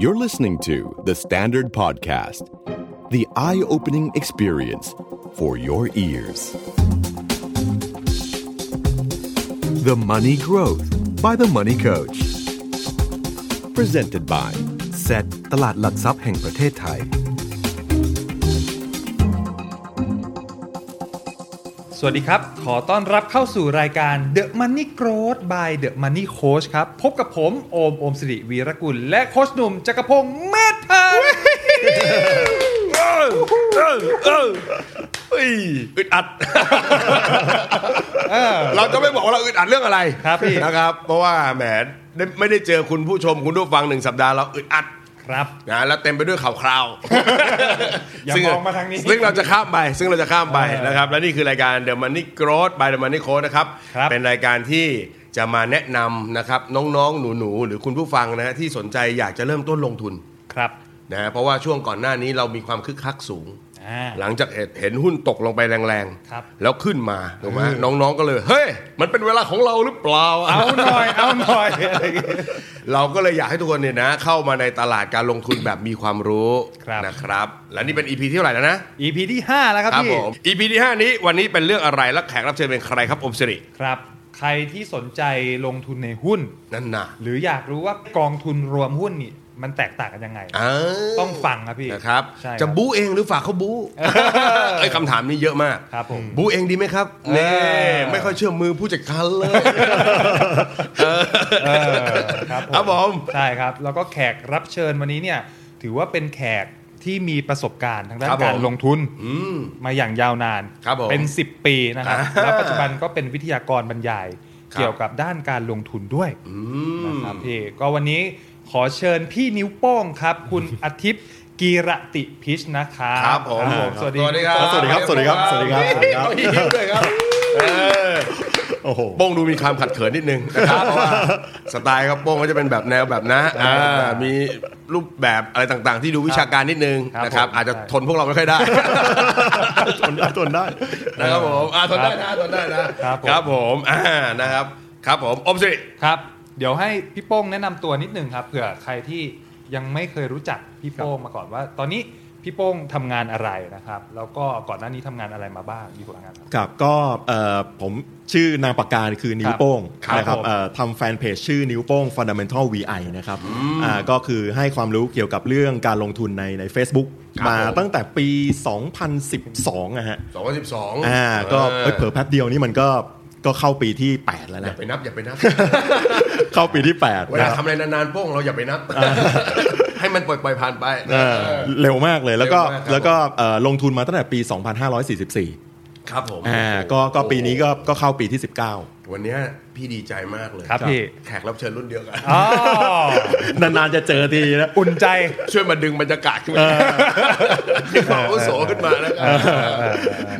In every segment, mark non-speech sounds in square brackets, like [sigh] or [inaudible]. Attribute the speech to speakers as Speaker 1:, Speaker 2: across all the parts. Speaker 1: You're listening to The Standard Podcast, the eye opening experience for your ears. The Money Growth by The Money Coach. Presented by Set ตลาดหลักทรัพย์แห่งประเทศไทย
Speaker 2: สวัสดีครับ ขอต้อนรับเข้าสู่รายการ The Money Growth by The Money Coach ครับ พบกับผม โอม โอมสิริวีรกุล และโคชหนุ่มจักรพงศ์เมธพันธ์
Speaker 3: อึดอั
Speaker 2: [laughs]
Speaker 3: ด เราจะไม่บอกว่าเราอึดอัดเรื่องอะไร
Speaker 2: ครับพี่
Speaker 3: นะครับ เพราะว่าแหมได้ไม่ได้เจอคุณผู้ชมคุณผู้ฟังหนึ่งสัปดาห์เราอึดอัด
Speaker 2: ครับ
Speaker 3: นะแล้วเต็มไปด้วยข่าวคราว
Speaker 2: [laughs] อย่าม
Speaker 3: ซึ่
Speaker 2: องมาทางนี้
Speaker 3: ซึ่งเราจะข้ามไป ซึ่งเราจะข้ามไป
Speaker 2: เออ
Speaker 3: นะครับ และนี่คือรายการ The Money Growth by The Money Coach นะครับ
Speaker 2: ครับ
Speaker 3: เป็นรายการที่จะมาแนะนำนะครับน้องๆหนูๆ หรือคุณผู้ฟังนะฮะที่สนใจอยากจะเริ่มต้นลงทุน
Speaker 2: ครับ
Speaker 3: นะฮะเพราะว่าช่วงก่อนหน้านี้เรามีความคึกคักสูง
Speaker 2: อ่า
Speaker 3: หลังจากเห็นหุ้นตกลงไปแรง
Speaker 2: ครับ
Speaker 3: ๆ แล้วขึ้นมาถูกไหมน้องๆก็เลย เฮ้ย มันเป็นเวลาของเราหรือเปล่า
Speaker 2: [laughs] เอาหน่อย เอาหน่อยอะไรอย่างเงี้ย
Speaker 3: เราก็เลยอยากให้ทุกคนเนี่ยนะ เข้ามาในตลาดการลงทุนแบบมีความรู้
Speaker 2: ครับ
Speaker 3: นะครับ และนี่เป็น EP ที่เท่าไหร่แล้วนะ
Speaker 2: EP ที่ 5 แล้วครับ
Speaker 3: ครับ
Speaker 2: พี่
Speaker 3: ผม EP ที่ 5 นี้วันนี้เป็นเรื่องอะไรและแขกรับเชิญเป็นใครครับอมสิริ
Speaker 2: ครับ ใครที่สนใจลงทุนในหุ้น
Speaker 3: นั่นน่ะ
Speaker 2: หรืออยากรู้ว่ากองทุนรวมหุ้นนี่มันแตกต่างกันยังไง
Speaker 3: อ้าว
Speaker 2: ต้องฟังครับพี่
Speaker 3: นะครับ
Speaker 2: ใช่ครับ
Speaker 3: จะบู๊เองหรือฝากเขาบู๊
Speaker 2: [laughs]
Speaker 3: ไอ้ยคำถามนี้เยอะมาก
Speaker 2: ครับผม
Speaker 3: บู๊เองดีไหมครับ
Speaker 2: เออ
Speaker 3: เน่ไม่ค่อยเชื่อมือผู้จัดการเลย
Speaker 2: เออครับผม
Speaker 3: ครับผม
Speaker 2: ใช่ครับ แล้วก็แขกรับเชิญวันนี้เนี่ย ถือว่าเป็นแขกที่มีประสบการณ์ทางด้าน
Speaker 3: ครับผม
Speaker 2: การลงทุน
Speaker 3: อืม
Speaker 2: มาอย่างยาวนาน
Speaker 3: ครับผม
Speaker 2: เป็น 10 ปีนะครับ
Speaker 3: อ่า
Speaker 2: แล้วปัจจุบันก็เป็นวิทยากรบรรยาย เกี่ยวกับด้านการลงทุนด้วย
Speaker 3: อื
Speaker 2: นะ
Speaker 3: ม
Speaker 2: ครับพี่ก็วันนี้ขอเชิญพี่นิ้วโป้งครับ คุณ อาทิตย์กีรติพิชนะครับ
Speaker 3: ครับผม
Speaker 2: สวัสดี
Speaker 4: สวัสดีครับสวัสดีครับสวัสดีครับสวัสดีครับ
Speaker 3: เอาอีกด้วยครับเออ
Speaker 4: โอ้โห
Speaker 3: โป้งดูมีความขัดเขินนิดนึงนะครับเพราะว่าสไตล์ครับโป้งก็จะเป็นแบบแนวแบบนะอ่ามีรูปแบบอะไรต่างๆ ที่ดูวิชาการนิดนึง
Speaker 2: ครับ
Speaker 3: นะครับ
Speaker 2: ผม
Speaker 3: อาจจะ
Speaker 2: ใช่
Speaker 3: ทนพวกเราไม่ค่อยได้
Speaker 4: ทนได้ทนได้
Speaker 3: นะครับผมอ่าทนได้นะทนได้นะครับ
Speaker 2: ผม
Speaker 3: ครับผมอ่านะครับครับผมอมสิริ
Speaker 2: ครับ เดี๋ยวให้พี่โป้งแนะนำตัวนิดหนึ่งครับเผื่อใครที่ยังไม่เคยรู้จักพี่โป้งมาก่อนว่า ตอนนี้พี่โป้งทำงานอะไรนะครับ แล้วก็ก่อนหน้านี้ทำงานอะไรมาบ้างมีผลงานอะไร
Speaker 4: ครับก็เอ่อผมชื่อนามปากกาคือนิ้วโป้ง
Speaker 2: ครับ
Speaker 4: นะครับ
Speaker 2: ผม
Speaker 4: เอ่อทำแฟนเพจชื่อนิ้วโป้ง Fundamental VI นะครับอ่าก็คือให้ความรู้เกี่ยวกับเรื่องการลงทุนในใน Facebook มาตั้งแต่ปี 2012นะฮะ
Speaker 3: 2012
Speaker 4: อ่าก็
Speaker 3: เอ
Speaker 4: เอ้
Speaker 3: อย
Speaker 4: เผลอแป๊บเดียวนี่มันก็ก็เข้าปีที่ 8 แล้ว
Speaker 3: อย่า
Speaker 4: นะ
Speaker 3: ไปนับอย่าไปนับ
Speaker 4: เข้าปีที่
Speaker 3: เว
Speaker 4: 8
Speaker 3: ลา
Speaker 4: นะ
Speaker 3: ทำอะไรนานๆโป้งเราอย่าไปนับ [laughs] ให้มันปล่อยๆผ่านไป
Speaker 4: เออเร็วมากเลยแล้วก็
Speaker 3: เร็วมากครับ
Speaker 4: แล้วก็เอ่อลงทุนมาตั้งแต่ปี 2544
Speaker 3: ครับผม
Speaker 4: อ่าก็ก็ปีนี้ก็ก็เข้า [laughs] ปีที่ 19
Speaker 3: วันเนี้ยพี่ดีใจมากเลย
Speaker 2: ครับพี่
Speaker 3: แขกรับเชิญรุ่นเดียวกัน
Speaker 2: อ๋อน
Speaker 4: านๆจะเจอทีนะ
Speaker 2: อุ่นใจ
Speaker 3: ช่วยมาดึงบรรยากาศขึ้นมาดึงความอาวุโสขึ้นมาแล้วกัน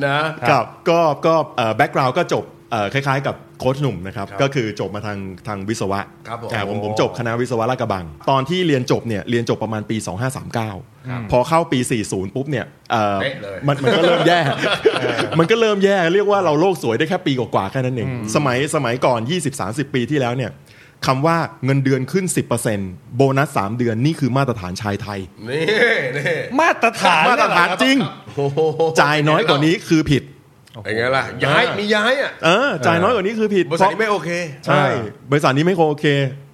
Speaker 3: นะ
Speaker 4: ครับก็ก็แบ็กกราวด์ก็จบเอ่อคล้ายๆกับโค้ชหนุ่มนะครับ
Speaker 3: ครับ
Speaker 4: ก็คือจบมาทางทางวิศวะ
Speaker 3: ครับผม
Speaker 4: อ่าผมผมจบคณะวิศวะลาดกระบัง ตอนที่เรียนจบเนี่ยเรียนจบประมาณปี 2539 พอเข้าปี 40 ปุ๊บเนี่ยเอ่อ
Speaker 3: เป๊ะเลย
Speaker 4: มันมันก็เริ่ม
Speaker 3: [laughs]
Speaker 4: แย่ มันก็เริ่มแย่เรียกว่าเราโลกสวยได้แค่ปีกว่าๆแค่นั้นเอง สมัยสมัยก่อน 20-30 ปีที่แล้วเนี่ยคำว่าเงินเดือนขึ้น 10%โบนัส 3 เดือนนี่คือมาตรฐานชายไทย
Speaker 3: นี่นี่
Speaker 2: มาตรฐาน
Speaker 4: มาตรฐานจริง
Speaker 3: โอ้โห
Speaker 4: จ่ายน้อยกว่านี้คือผิด
Speaker 3: เป็นไงล่ะย้ายมีย้ายอ่ะ
Speaker 4: เออจ่ายน้อยกว่านี้คือผิด
Speaker 3: บริษัทนี้ไม่โอเค
Speaker 4: ใช่ บริษัทนี้ไม่โอเค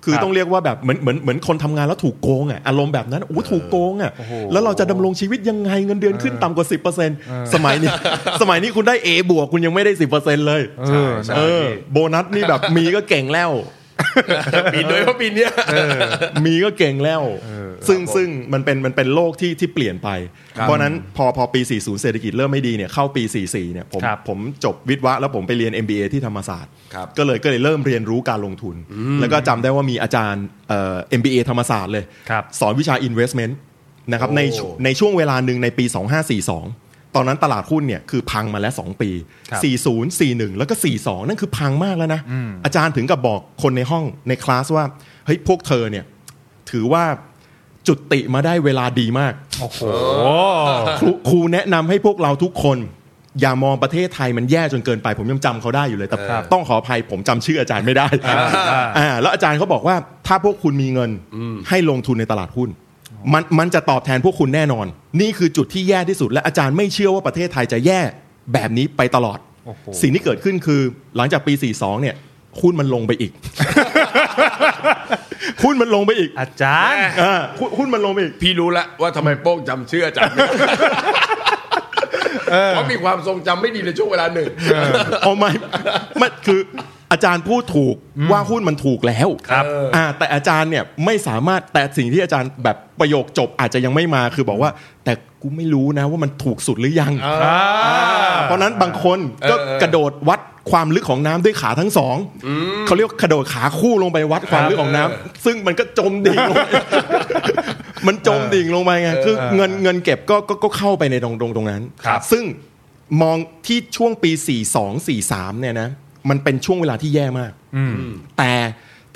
Speaker 4: คือต้องเรียกว่าแบบเหมือนเหมือนเหมือนคนทำงานแล้วถูกโกงอ่ะอารมณ์แบบนั้นอู้ถูกโกงอ่ะแล้วเราจะดำรงชีวิตยังไงเงินเดือนขึ้นต่ำกว่า 10%สมัยนี้ [laughs] สมัยนี้คุณได้ A บวกคุณยังไม่ได้ 10%เลย
Speaker 2: เออ
Speaker 3: ใช่
Speaker 2: ใช่
Speaker 4: เออโบนัสนี่แบบมีก็เก่งแล้ว
Speaker 3: ปีโดยเพราะปีเนี้ย
Speaker 4: มีก็เก่งแล้ว ซึ่งซึ่งมันเป็นมันเป็นโลกที่ที่เปลี่ยนไป
Speaker 3: ครับ
Speaker 4: เพราะฉะนั้นพอพอปี 40 เศรษฐกิจเริ่มไม่ดีเนี่ยเข้าปี 44 เนี่ยผม
Speaker 2: ครับ
Speaker 4: ผมจบวิทย์วะแล้วผมไปเรียน MBA ที่ธรรมศาสตร์
Speaker 3: ครับ
Speaker 4: ก็เลยก็เลยเริ่มเรียนรู้การลงทุน แล้วก็จำได้ว่ามีอาจารย์เอ่อ MBA ธรรมศาสตร์เลย
Speaker 2: ครับ
Speaker 4: สอนวิชา investment นะครับ
Speaker 3: โอ้
Speaker 4: ในช่วงในช่วงเวลาหนึ่งในปี 2542 ตอนนั้นตลาดหุ้นเนี่ยคือพังมาแล้ว 2 ปี
Speaker 2: ครับ
Speaker 4: 40 41 แล้วก็ 42 นั่นคือพังมากแล้วนะ อาจารย์ถึงกับบอกคนในห้องในคลาสว่า เฮ้ย พวกเธอเนี่ย ถือว่าจุติมาได้เวลาดีมาก
Speaker 2: โอ้โห
Speaker 4: ครูครูแนะนำให้พวกเราทุกคน อย่ามองประเทศไทยมันแย่จนเกินไป ผมยังจำเขาได้อยู่เลยแต่
Speaker 2: ครับ
Speaker 4: ต้องขออภัยผมจำชื่ออาจาร
Speaker 2: [laughs]
Speaker 4: ย์ไม่ได้อ่าแล้วอาจารย์เขาบอกว่าถ้าพวกคุณมีเงินให้ลงทุนในตลาดหุ้น มันมันจะตอบแทนพวกคุณแน่นอน นี่คือจุดที่แย่ที่สุด และอาจารย์ไม่เชื่อว่าประเทศไทยจะแย่แบบนี้ไปตลอด
Speaker 2: โอ้โห
Speaker 4: สิ่งที่เกิดขึ้นคือหลังจากปี 42 เนี่ยหุ้นมันลงไป
Speaker 2: [laughs]
Speaker 4: อีก หุ้นมันลงไปอีก
Speaker 2: อาจารย์
Speaker 4: อ่าหุ้นหุ้นมันลงไปอีก
Speaker 3: พี่รู้ละว่าทำไมโป้งจำเชื่ออาจารย์ไม่ได้เพราะมีความทรงจำไม่ดีในช่วงเวลาหนึ่ง
Speaker 4: [laughs] เอาไม่ไม่คืออาจารย์พูดถูกว่าหุ้นมันถูกแล้ว
Speaker 2: ครับ
Speaker 4: อ่าแต่อาจารย์เนี่ยไม่สามารถแต่สิ่งที่อาจารย์แบบประโยคจบอาจจะยังไม่มาคือบอกว่า แต่กูไม่รู้นะว่ามันถูกสุดหรือยังเพราะฉะนั้นบางคนก็
Speaker 3: เออเออ
Speaker 4: กระโดดวัดความลึกของน้ำด้วยขาทั้งสองเขาเรียกว่ากระโดดขาคู่ลงไปวัดความลึกของน้ำซึ่งมันก็จมดิ่งลงไปมันจมดิ่งลงไปไงคือเงินเงินเก็บก็ก็ก็เข้าไปในตรงตรงตรงนั้น
Speaker 2: ครับ
Speaker 4: ซึ่งมองที่ช่วงปี 42 43 เนี่ยนะ มันเป็นช่วงเวลาที่แย่มาก แต่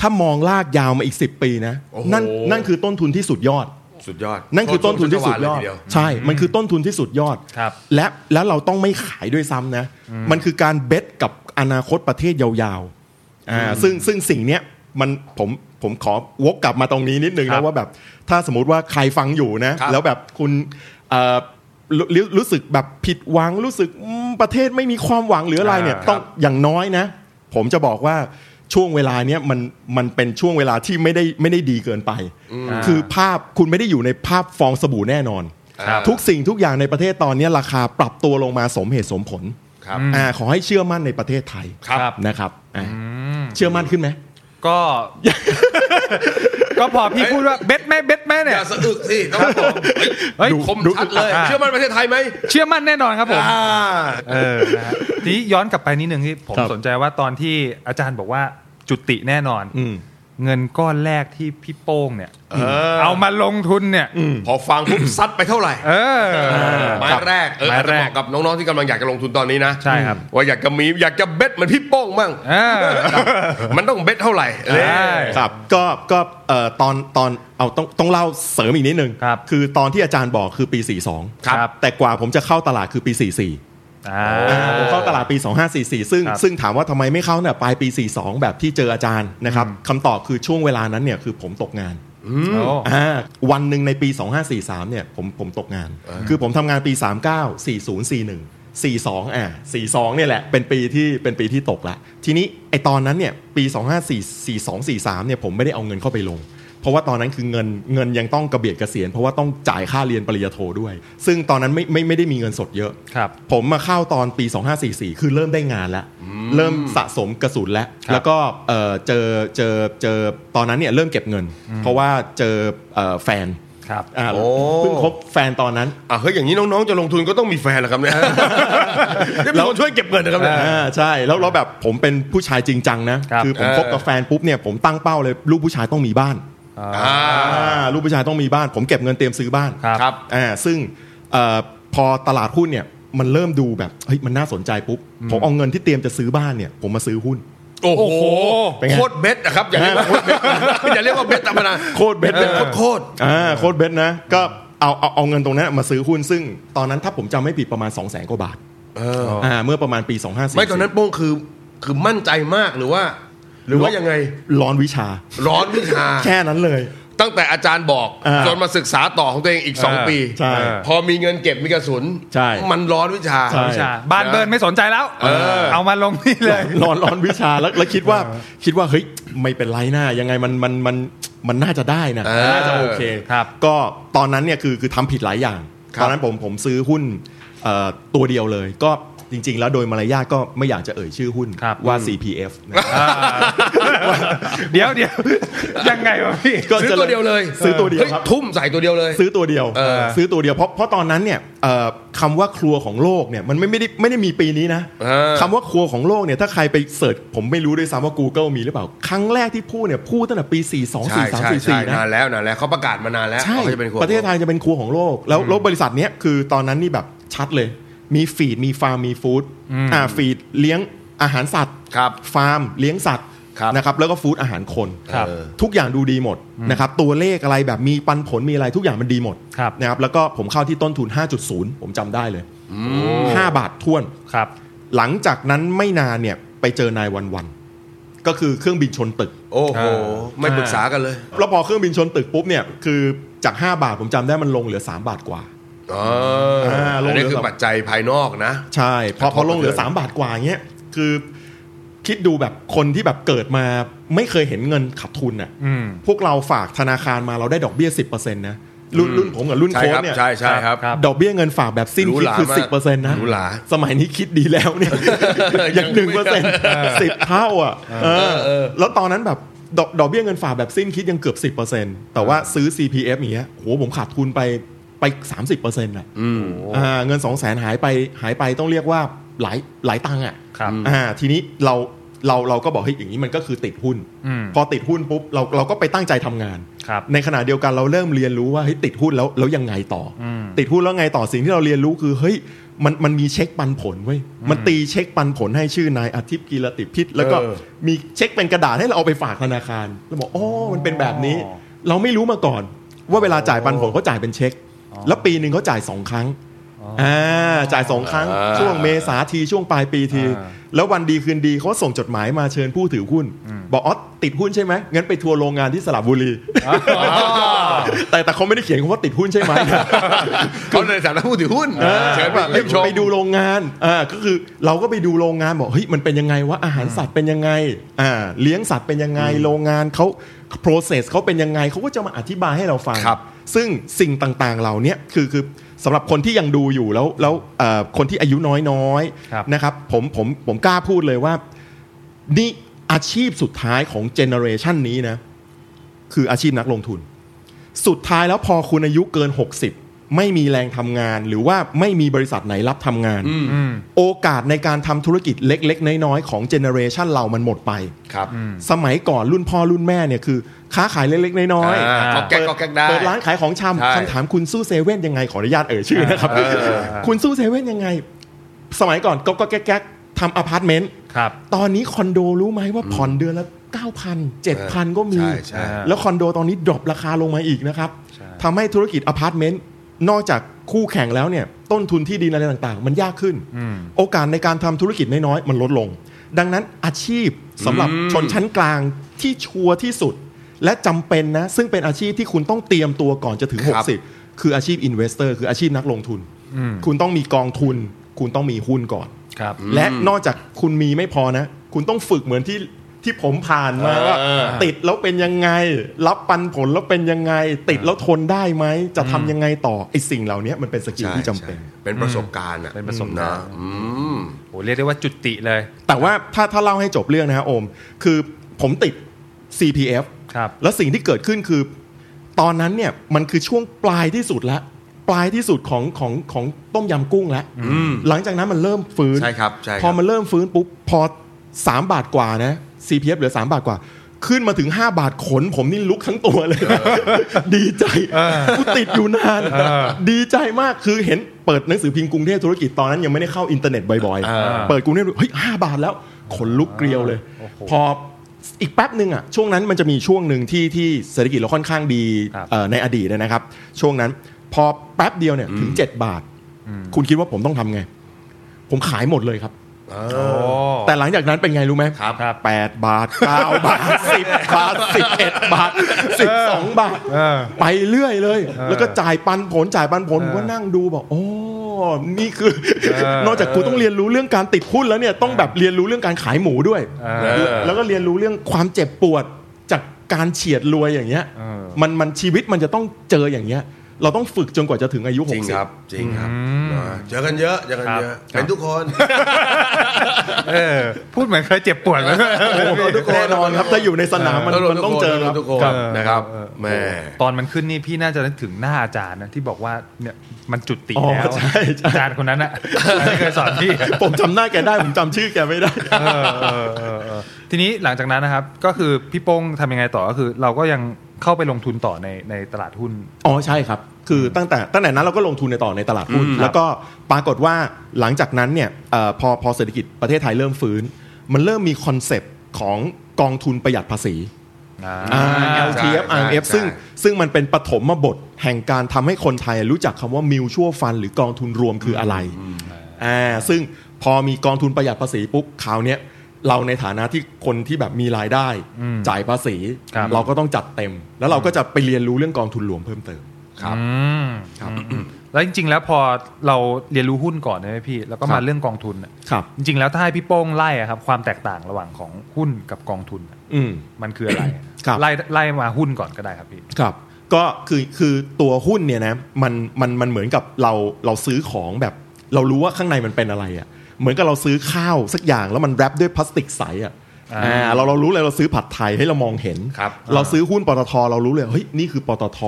Speaker 4: ถ้ามองลากยาวมาอีก 10 ปีนะ
Speaker 3: โอ้โห
Speaker 4: นั่นนั่นคือต้นทุนที่สุดยอด
Speaker 3: สุดยอด
Speaker 4: นั่นคือต้นทุนที่สุดยอด
Speaker 3: เว
Speaker 4: ใช่ มันคือต้นทุนที่สุดยอด
Speaker 2: ครับ
Speaker 4: และแล้วเราต้องไม่ขายด้วยซ้ำนะ มันคือการเบ็ดกับอนาคตประเทศยาวๆอ่าซึ่งซึ่งสิ่งเนี้ยมันผมผมขอวกกลับมาตรงนี้นิดนึง
Speaker 2: ครั
Speaker 4: นะ
Speaker 2: บ
Speaker 4: ว่าแบบถ้าสมมติว่าใครฟังอยู่นะ
Speaker 3: ครับ
Speaker 4: แล้วแบบคุณเอ่อรู้รู้รู้สึกแบบผิดหวังรู้สึกอืมประเทศไม่มีความหวังหรืออะไรเนี่ย
Speaker 2: อ่า
Speaker 4: ต้องอย่างน้อยนะ ผมจะบอกว่าช่วงเวลาเนี้ยมันมันเป็นช่วงเวลาที่ไม่ได้ไม่ได้ดีเกินไป คือภาพคุณไม่ได้อยู่ในภาพฟองสบู่แน่นอน
Speaker 3: ครับ
Speaker 4: ทุกสิ่งทุกอย่างในประเทศตอนนี้ราคาปรับตัวลงมาสมเหตุสมผล
Speaker 3: ครับ
Speaker 4: อ่าขอให้เชื่อมั่นในประเทศไทย
Speaker 2: ครับ
Speaker 4: นะครับอ่าเชื่อมั่นขึ้นไหม
Speaker 2: ก็ ก็พอพี่พูดว่าเบ็ดไหมเบ็ดไหม
Speaker 3: อ
Speaker 2: เนี่ย
Speaker 3: ย่าสะอึกสิต้องบอก
Speaker 2: เฮ้ย
Speaker 3: คมชัดเลย
Speaker 2: อ่า
Speaker 3: เชื่อมั่นประเทศไทยไหม
Speaker 2: เชื่อมั่นแน่นอนครับผม
Speaker 3: อ่า
Speaker 2: เออนะฮะทีนี้ย้อนกลับไปนิดนึงที่ผม
Speaker 4: ครับ
Speaker 2: สนใจว่าตอนที่อาจารย์บอกว่าจุติแน่นอน
Speaker 4: อืม
Speaker 2: เงินก้อนแรกที่พี่โป้งเนี่ย
Speaker 3: เออ
Speaker 2: เอามาลงทุนเนี่ย
Speaker 3: พอฟังปุ๊บซัดไปเท่าไหร่
Speaker 2: เออ
Speaker 3: ไม้แรกเออ
Speaker 2: ไม้
Speaker 3: อาจจะ
Speaker 2: แร
Speaker 3: เห
Speaker 2: ก
Speaker 3: มาะกับน้องๆที่กำลังอยากจะลงทุนตอนนี้นะ
Speaker 2: ใช่ครับ
Speaker 3: ว่าอยากจะมีอยากจะเบ็ดเหมือนพี่โป้งมั่ง
Speaker 2: เออ
Speaker 3: มันต้องเบ็ดเท่าไหร่เออ
Speaker 2: ใช่
Speaker 4: ครับก็ก็เอ่อตอนตอนเอาต้องต้องเล่าเสริมอีกนิดนึง
Speaker 2: ครับ
Speaker 4: คือตอนที่อาจารย์บอกคือปี 42
Speaker 2: ครับ
Speaker 4: แต่กว่าผมจะเข้าตลาดคือปี 44
Speaker 2: อ่า
Speaker 4: อ่าผมเข้าตลาดปี 2544 ซึ่ง
Speaker 2: ครับ
Speaker 4: ซึ่งถามว่าทำไมไม่เข้าเนี่ยปลายปี 42 แบบที่เจออาจารย์นะครับ
Speaker 2: อืม
Speaker 4: คำตอบคือช่วงเวลานั้นเนี่ยคือผมตกงาน
Speaker 2: โอ้
Speaker 4: อ่าวันหนึ่งในปี 2543 เนี่ยผมผมตกงาน คือผมทำงานปี 39 40 41 42 อ่า42 เนี่ยแหละ เป็นปีที่เป็นปีที่ตกละ ทีนี้ไอตอนนั้นเนี่ยปี 2542 43 เนี่ยผมไม่ได้เอาเงินเข้าไปลง เพราะว่าตอนนั้นคือเงินเงินยังต้องกระเบียดกระเสียนเพราะว่าต้องจ่ายค่าเรียนปริญญาโทด้วย ซึ่งตอนนั้นไม่ไม่ไม่ได้มีเงินสดเยอะ
Speaker 2: ครับ
Speaker 4: ผมมาเข้าตอนปี 2544 คือเริ่มได้งานแล้ว เริ่มสะสมกระสุนแล้ว
Speaker 2: ครับ
Speaker 4: แล้วก็เอ่อเจอเจอเจอตอนนั้นเนี่ยเริ่มเก็บเงิน เพราะว่าเจอเอ่อแฟน
Speaker 2: ครับ
Speaker 4: อ่า
Speaker 3: โอ้
Speaker 4: เพิ่งคบแฟนตอนนั้น
Speaker 3: อ่ะเฮ้ยอย่างนี้น้องๆจะลงทุนก็ต้องมีแฟนเหรอครับเนี่ยจะมีคนช่วยเก็บเงินนะครับเนี่ย
Speaker 4: อ่าใช่แล้วแล้วแบบผมเป็นผู้ชายจริงจังนะครับอผม
Speaker 3: เออ
Speaker 4: คบกับแฟนปุ๊บเนี่ยผมตั้งเป้าเลยลูกผู้ชายต้องมีบ้าน
Speaker 3: อ่า
Speaker 4: อ่าลูกผู้ชายต้องมีบ้าน ผมเก็บเงินเตรียมซื้อบ้าน
Speaker 2: ครับ
Speaker 3: ครับ
Speaker 4: อ่าซึ่งเอ่อพอตลาดหุ้นเนี่ยมันเริ่มดูแบบเฮ้ยมันน่าสนใจปุ๊บผมเอาเงินที่เตรียมจะซื้อบ้านเนี่ยผมมาซื้อหุ้น
Speaker 3: โอ้โห
Speaker 4: เป็นไง
Speaker 3: โคตรเบ็ดนะครับอย่าเรียกว่าโคตรเบ็ด [laughs] อย่าเรียกว่าเบ็ดธรรมดา
Speaker 4: โคตรเบ็ดเลย
Speaker 3: โคตรโคตร
Speaker 4: อ่าโค้ดเบสนะก็เอาเอาเอาเงินตรงนั้นมาซื้อหุ้นซึ่งตอนนั้นถ้าผมจำไม่ผิดประมาณ 2 0 0แสนกว่าบาทอ่าเมื่อประมาณปี 2 5 4 4
Speaker 3: ไม่ตอนนั้นโป้งคือคือมั่นใจมากหรือว่า หรือว่ายังไง
Speaker 4: ร้อนวิชา
Speaker 3: ร้อนวิชา
Speaker 4: แค่นั้นเลย
Speaker 3: ตั้งแต่อาจารย์บอก
Speaker 4: อ่า
Speaker 3: จนมาศึกษาต่อของตัวเองอีก
Speaker 2: อ่า
Speaker 3: 2 ปี
Speaker 4: ใช่
Speaker 3: พอมีเงินเก็บมีกระสุน
Speaker 4: ใช่
Speaker 3: มันร้อนวิชา
Speaker 4: ใช่
Speaker 2: วิชาบ้านเบิร์นไม่สนใจแล้ว
Speaker 3: เออ
Speaker 2: เอามาลงนี่เลย
Speaker 4: [laughs] ร้อนร้อนวิชาแล้วแล้วคิดว่าคิดว่าเฮ้ยไม่เป็นไรหน้ายังไงมันมันมันมันน่าจะได้นะ
Speaker 3: เออ
Speaker 4: น่าจะโอเค
Speaker 2: ครับ
Speaker 4: ก็ตอนนั้นเนี่ยคือคือทำผิดหลายอย่าง
Speaker 3: ครับ
Speaker 4: ตอนนั้นผมผมซื้อหุ้นเอ่อตัวเดียวเลย ก็จริง ๆ แล้วโดยมารยาทก็ไม่อยากจะเอ่ยชื่อหุ้น
Speaker 2: ครับ
Speaker 4: ว่า CPF นะ
Speaker 2: อ่าเดี๋ยวเดี๋ยวยังไงวะพี่
Speaker 4: ก็
Speaker 3: ซื้อ
Speaker 4: จะ
Speaker 3: ตัวเดียวเลย
Speaker 4: ซื้อตัวเดียว
Speaker 3: ฮ้
Speaker 4: ครับ
Speaker 3: ทุ่มใส่ตัวเดียวเลย
Speaker 4: ซื้อตัวเดียว
Speaker 3: เออ
Speaker 4: ซื้อตัวเดียวเพราะเพราะตอนนั้นเนี่ยเอ่อคำว่าครัวของโลกเนี่ยมันไม่ไม่ได้ไม่ได้มีปีนี้นะ
Speaker 3: เออ
Speaker 4: คำว่าครัวของโลกเนี่ยถ้าใครไปเสิร์ชผมไม่รู้ด้วยซ้ำว่า Google มีหรือเปล่า ครั้งแรกที่พูดเนี่ยพูดตั้งแต่ปี 4 2 4
Speaker 3: ใช่ใช่
Speaker 4: 3 4
Speaker 3: ใช่
Speaker 4: 4นะ
Speaker 3: นานแล้วนานแล้วเขาประกาศมานานแล้ว
Speaker 4: ใช่
Speaker 3: ว่าขาจป็นค
Speaker 4: ประเทศไทยจะเป็นครัวของโลก แล้วแล้วบริษัทเนี้ยคือตอนนั้นนี่แบบชัดเลย มีฟีดมีฟาร์มมีฟู้ดอ่าฟีดเลี้ยงอาหารสัตว์
Speaker 3: ครับ
Speaker 4: ฟาร์มเลี้ยงสัตว์
Speaker 3: ครับ
Speaker 4: นะครับแล้วก็ฟู้ดอาหารคน
Speaker 2: ครับ
Speaker 4: เออทุกอย่างดูดีหมดนะครับตัวเลขอะไรแบบมีปันผลมีอะไรทุกอย่างมันดีหมด
Speaker 2: ครับ
Speaker 4: นะครับแล้วก็ผมเข้าที่ต้นทุน 5.0 ผมจำได้เลย 5 บาทท่วน
Speaker 2: ครับ
Speaker 4: หลังจากนั้นไม่นานเนี่ยไปเจอนายวันวันก็คือเครื่องบินชนตึก
Speaker 3: โอ้โห
Speaker 2: อ่า
Speaker 3: ไม่ปรึกษากันเลย
Speaker 4: แล้วพอเครื่องบินชนตึกปุ๊บเนี่ยคือ จาก 5 บาทผมจำได้มันลงเหลือ 3 บาทกว่า
Speaker 3: อ๋ออ่า
Speaker 4: ลงเห
Speaker 3: อัน
Speaker 4: ลืออั
Speaker 3: นี้คือปัจจัยภายนอกนะ
Speaker 4: ใช่พอพอลงเหลือ
Speaker 3: กระทบกระเทือน
Speaker 4: 3 บาทกว่าเงี้ยคือคิดดูแบบคนที่แบบเกิดมาไม่เคยเห็นเงินขาดทุนอ่ะ
Speaker 2: อืม
Speaker 4: พวกเราฝากธนาคารมาเราได้ดอกเบี้ย 10%นะรุ่นรุ่นผมกับรุ่น
Speaker 3: ใช่
Speaker 4: โค้
Speaker 3: ค
Speaker 4: ด
Speaker 3: รับ
Speaker 4: เนี่ย
Speaker 3: ใช่ใช่ครับ
Speaker 2: ครับ
Speaker 4: ดอกเบี้ยเงินฝากแบบสิ้น
Speaker 3: หรู
Speaker 4: คิด
Speaker 3: หรา
Speaker 4: คือ
Speaker 3: มาก
Speaker 4: สิบเปอร์เซ็นต์นะ
Speaker 3: หรูหรา
Speaker 4: สมัยนี้คิดดีแล้วเนี่ย อย่างหนึ่งเปอร์เซ็นต์สิบเท่าอ่ะเออ
Speaker 3: เออ
Speaker 4: แล้วตอนนั้นแบบดอกดอกเบี้ยเงินฝากแบบสิ้นคิดยังเกือบ 10%แต่ว่าซื้อ CPF อย่างเงี้ยโหผมขาดทุนไปไป30%อ่ะ
Speaker 3: อืม
Speaker 4: อ่าเงินสองแสนหายไปหายไปต้องเรียกว่าหลายหลายตังค์อ่ะ
Speaker 2: ครับ
Speaker 4: อ่าทีนี้เราเราเราก็บอกให้ยอย่างนี้มันก็คือติดหุ้น
Speaker 2: อืม
Speaker 4: พอติดหุ้นปุ๊บเราเราก็ไปตั้งใจทำงาน
Speaker 2: ครับ
Speaker 4: ในขณะเดียวกันเราเริ่มเรียนรู้ว่าเฮ้ยติดหุ้นแล้วแล้วยังไงต่ออ
Speaker 2: ม
Speaker 4: ติดหุ้นแล้วไงต่อสิ่งที่เราเรียนรู้คือเฮ้ยมันมันมีเช็คปันผลเว้ยมันตีเช็คปันผลให้ชื่อนายอาทิตย์กีรติพิษแล้วก็
Speaker 3: เออ
Speaker 4: มีเช็คเป็นกระดาษให้เราเอาไปฝากธนาคารแล้วบอกอ๋อมันเป็นแบบนี้ เราไม่รู้มาก่อน ว่าเวลาจ่ายปันผลเขาจ่ายเป็นเช็ค แล้วปีหนึ่งเขาจ่ายสองครั้งอ่าจ่ายสองครั้ง
Speaker 3: อ่า
Speaker 4: ช่วงเมษาทีช่วงปลายปีที
Speaker 2: อ่า
Speaker 4: แล้ววันดีคืนดีเขาส่งจดหมายมาเชิญผู้ถือหุ้น บอกอ๋อติดหุ้นใช่ไหมงั้นไปทัวร์โรงงานที่สระบุรี แต่แต่เขาไม่ได้เขียนคำว่าติดหุ้นใช่
Speaker 3: [laughs]
Speaker 4: ไหม
Speaker 3: เขาในฐานะผู้ถือหุ้นเชิญมา
Speaker 4: เอ้
Speaker 3: เยี่ยม
Speaker 4: ย
Speaker 3: ชม
Speaker 4: ไปดูโรงงาน อ่า ก็คือเราก็ไปดูโรงงานบอก เฮ้ย มันเป็นยังไงวะ อาหารสัตว์เป็นยังไง อ่า เลี้ยงสัตว์เป็นยังไง โรงงานเขา process เขาเป็นยังไง เขาก็จะมาอธิบายให้เราฟัง
Speaker 3: ครับ
Speaker 4: ซึ่งสิ่งต่างๆ เหล่าเนี้ยคือ คือสำหรับคนที่ยังดูอยู่แล้ว แล้วเอ่อคนที่อายุน้อย
Speaker 2: ครับ
Speaker 4: ๆ นะครับ ผม ผม ผมกล้าพูดเลยว่า นี่อาชีพสุดท้ายของเจเนอเรชันนี้นะ คืออาชีพนักลงทุน สุดท้ายแล้วพอคุณอายุเกิน 60 ไม่มีแรงทำงาน หรือว่าไม่มีบริษัทไหนรับทำงาน
Speaker 2: อืม
Speaker 4: โอกาสในการทำธุรกิจเล็ก ๆ น้อย ๆ ของเจเนอเรชันเรามันหมดไป
Speaker 3: ครับ
Speaker 4: สมัยก่อนรุ่นพ่อรุ่นแม่เนี่ยคือ ค้าขายเล็ก ๆ น้อย
Speaker 3: อ่า
Speaker 4: ๆ
Speaker 3: ก็แก๊กก็แก๊กได้
Speaker 4: เปิดร้านขายของ
Speaker 3: ใช่
Speaker 4: ชำคำถามคุณสู้เซเว่นยังไงขออนุญาตเอ่ยชื่อนะครับ
Speaker 3: เออ
Speaker 4: คุณสู้เซเว่นยังไง สมัยก่อนก็ก็แก๊กๆทำอพาร์ตเมนต์
Speaker 2: ครับ
Speaker 4: ตอนนี้คอนโดรู้ไหมว่าผ่อนเดือนละ 9,000 7,000 ก็มี
Speaker 3: ใช่ใช่
Speaker 4: แล้วคอนโดตอนนี้ดรอปราคาลงมาอีกนะครับ
Speaker 2: ใช่
Speaker 4: ทำให้ธุรกิจอพาร์ตเมนต์นอกจากคู่แข่งแล้วเนี่ย ต้นทุนที่ดินอะไรต่างๆ มันยากขึ้น
Speaker 2: อืม
Speaker 4: โอกาสในการทำธุรกิจน้อยๆ มันลดลง ดังนั้นอาชีพสำหรับ
Speaker 3: อืม
Speaker 4: ชนชั้นกลางที่ชัวร์ที่สุด และจำเป็นนะ ซึ่งเป็นอาชีพที่คุณต้องเตรียมตัวก่อนจะถึง 60 คืออาชีพอินเวสเตอร์คืออาชีพนักลงทุน
Speaker 2: อืม
Speaker 4: คุณต้องมีกองทุน คุณต้องมีหุ้นก่อน
Speaker 2: ครับ
Speaker 4: และนอกจากคุณมีไม่พอนะ คุณต้องฝึกเหมือนที่ที่ผมผ่านมา
Speaker 3: เออ
Speaker 4: ว่า
Speaker 3: เออ
Speaker 4: ติดแล้วเป็นยังไง รับปันผลแล้วเป็นยังไง ติดแล้วทนได้ไหม จะทำยังไงต่อไอ้สิ่งเหล่านี้มันเป็นสกิล
Speaker 3: ใช่
Speaker 4: ที่จำเป็น
Speaker 3: ใช่เป็นประสบการณ์อะ
Speaker 2: เป็นประสบการณ์
Speaker 3: นะอืม
Speaker 2: โอ้เรียกได้ว่าจุติเลย
Speaker 4: แต่ว่าถ้าถ้าเล่าให้จบเรื่องนะฮะโอม คือผมติด CPF
Speaker 2: ครับ
Speaker 4: แล้วสิ่งที่เกิดขึ้นคือ ตอนนั้นเนี่ยมันคือช่วงปลายที่สุดละปลายที่สุดของของของต้มยำกุ้งละ
Speaker 3: ม
Speaker 4: หลังจากนั้นมันเริ่มฟื้น
Speaker 3: ใช่ครับใช่ครับ
Speaker 4: พอมันเริ่มฟื้นปุ๊บพอ 3 บาทกว่านะ CPF เหลือ 3 บาทกว่า ขึ้นมาถึง 5 บาทขน ผมนี่ลุกทั้งตัวเลย [laughs] ดีใจกูติดอยู่นาน ดีใจมากคือเห็นเปิดหนังสือพิมพ์กรุงเทพธุรกิจตอนนั้นยังไม่ได้เข้าอินเทอร์เน็ตบ่อย
Speaker 3: อ่า
Speaker 4: ๆเปิดกรุงเทพเฮ้ยห้าบาทแล้วขนลุกเกลียวเลย
Speaker 2: โอ้โห
Speaker 4: พออีกแป๊บหนึ่งอ่ะช่วงนั้นมันจะมีช่วงหนึ่งที่ที่เศรษฐกิจเราค่อนข้างดี
Speaker 2: ครับ
Speaker 4: เอ่อในอดีตนะครับ ช่วงนั้น พอแป๊บเดียวเนี่ยถึง 7 บาท คุณคิดว่าผมต้องทำไง ผมขายหมดเลยครับ
Speaker 3: เอ
Speaker 2: โอ้
Speaker 3: อ
Speaker 4: แต่หลังจากนั้นเป็นไงรู้ไหม
Speaker 3: ครับ
Speaker 2: ครับ
Speaker 4: แปดบาทเก้าบาทสิบบาทสิบเอ็ดบาทสิบสองบาท
Speaker 2: เออ
Speaker 4: ไปเรื่อยเลย
Speaker 2: เออ
Speaker 4: แล้วก็จ่ายปันผลจ่ายปันผลผมก็นั่งดูบอกโอ้นี่คือ นอกจากกูต้องเรียนรู้เรื่องการติดหุ้นแล้วเนี่ยต้องแบบเรียนรู้เรื่องการขายหมูด้วย
Speaker 2: เออ
Speaker 4: แล้วแล้วก็เรียนรู้เรื่องความเจ็บปวดจากการเฉียดรวยอย่างเงี้ย
Speaker 2: เออ
Speaker 4: มันมันชีวิตมันจะต้องเจออย่างเงี้ย เราต้องฝึกจนกว่าจะถึงอายุ
Speaker 3: จริงครับ จริงครับนะเจอกันเยอะเจอกันเยอะ
Speaker 2: ครับ
Speaker 3: เป็นทุกคน
Speaker 2: เออ พูดเหมือนเคยเจ็บปวดแล้ว
Speaker 3: ทุกคน
Speaker 4: 60แน่นอนครับถ้าอยู่ในสนามมัน
Speaker 3: เ
Speaker 4: มันต้องเจอครับ
Speaker 3: ทุกคน
Speaker 2: ครับ
Speaker 3: นะครับแหม่
Speaker 2: ตอนมันขึ้นนี่พี่น่าจะนึกถึงหน้าอาจารย์นะที่บอกว่าเนี่ยมันจุติ
Speaker 4: อ๋อ
Speaker 2: แล้ว
Speaker 4: ใช่ใช่
Speaker 2: อาจารย์คนนั้นอะที่เคยสอนพี่
Speaker 4: ผมจำหน้าแกได้ ผมจำชื่อแกไม่ได้
Speaker 2: เออเออเออเออทีนี้หลังจากนั้นนะครับ ก็คือพี่โป้งทำยังไงต่อก็คือ เราก็ยังเข้าไปลงทุนต่อในในตลาดหุ้น
Speaker 4: อ๋อใช่ครับ คือตั้งแต่ตั้งแต่นั้นเราก็ลงทุนในต่อในตลาดหุ้น แล้วก็ปรากฏว่าหลังจากนั้นเนี่ยเออพอพอเศรษฐกิจประเทศไทยเริ่มฟื้น มันเริ่มมีคอนเซปต์ของกองทุนประหยัดภาษี
Speaker 3: อ่า
Speaker 4: LTF
Speaker 3: ใช่
Speaker 4: RMF
Speaker 3: ใช่
Speaker 4: ซึ่ง
Speaker 3: ใช่
Speaker 4: ซึ่งมันเป็นปฐมบทแห่งการทำให้คนไทยรู้จักคำว่ามิวชั่วฟันหรือกองทุนรวมคืออะไรอ่าซึ่งพอมีกองทุนประหยัดภาษีปุ๊บคราวเนี้ยเราในฐานะที่คนที่แบบมีรายได้ จ่ายภาษี
Speaker 2: ครับ
Speaker 4: เราก็ต้องจัดเต็ม แล้วเราก็จะไปเรียนรู้เรื่องกองทุนรวมเพิ่มเติม
Speaker 3: ครับ
Speaker 2: อืมอืมแล้วจริง ๆ แล้วพอเราเรียนรู้หุ้นก่อนใช่ไหมพี่ แล้วก็
Speaker 4: ครั
Speaker 2: มา
Speaker 4: บ
Speaker 2: เรื่องกองทุนอะ
Speaker 4: ครับ
Speaker 2: จริง ๆ แล้วถ้าให้พี่โป้งไล่อะครับความแตกต่างระหว่างของหุ้นกับกองทุนอะ
Speaker 4: อืม
Speaker 2: มันคืออะไรอะ
Speaker 4: ครับ
Speaker 2: ไล่ไล่มาหุ้นก่อนก็ได้ครับพี่
Speaker 4: ครับ ก็คือคือตัวหุ้นเนี่ยนะมันมันมันเหมือนกับเราเราซื้อของแบบเรารู้ว่าข้างในมันเป็นอะไรอะ่ะเหมือนกับเราซื้อข้าวสักอย่างแล้วมันแรปด้วยพลาสติกใสอะ่ะ
Speaker 2: อ่า
Speaker 4: อ่าเราเรารู้เลยเราซื้อผัดไทยให้เรามองเห็น
Speaker 3: ครับ
Speaker 4: เราซื้อหุ้นปตทเรารู้เลยเฮ้ยนี่คือปตท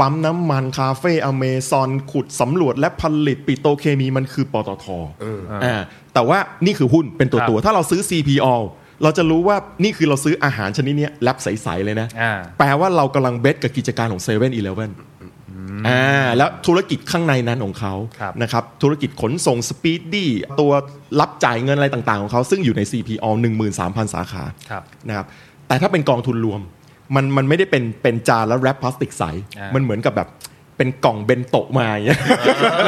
Speaker 4: ปั๊มน้ำมันคาเฟ่อเมซอนขุดสำรวจและผลิตปิโตรเคมีมันคือปตท
Speaker 3: เออ
Speaker 4: อ่าแต่ว่านี่คือหุ้นเป็นตัว
Speaker 2: ครับ
Speaker 4: ตัวถ้าเราซื้อ CPO เราจะรู้ว่านี่คือเราซื้ออาหารชนิดเนี้ยแลบใส ๆ เลยนะ
Speaker 2: อ่า
Speaker 4: แปลว่าเรากำลังเบสกับกิจการของ7 e เ e ่ e อีเลฟเว่นอ่าแล้วธุรกิจข้างในนั้นของเขา
Speaker 2: ครับ
Speaker 4: นะครับธุรกิจขนส่งสปีดดี้ตัวรับจ่ายเงินอะไรต่างๆ ของเขาซึ่งอยู่ใน CPO 13,000 สาขา
Speaker 2: ครับ
Speaker 4: นะครับแต่ถ้าเป็นกองทุนรวม มันมันไม่ได้เป็นเป็นจานแล้วแรปพลาสติกใส
Speaker 2: อ่ามั
Speaker 4: มันเหมือนกับแบบเป็นกล่องเบนโตะมาอย่างเงี้ [laughs] ย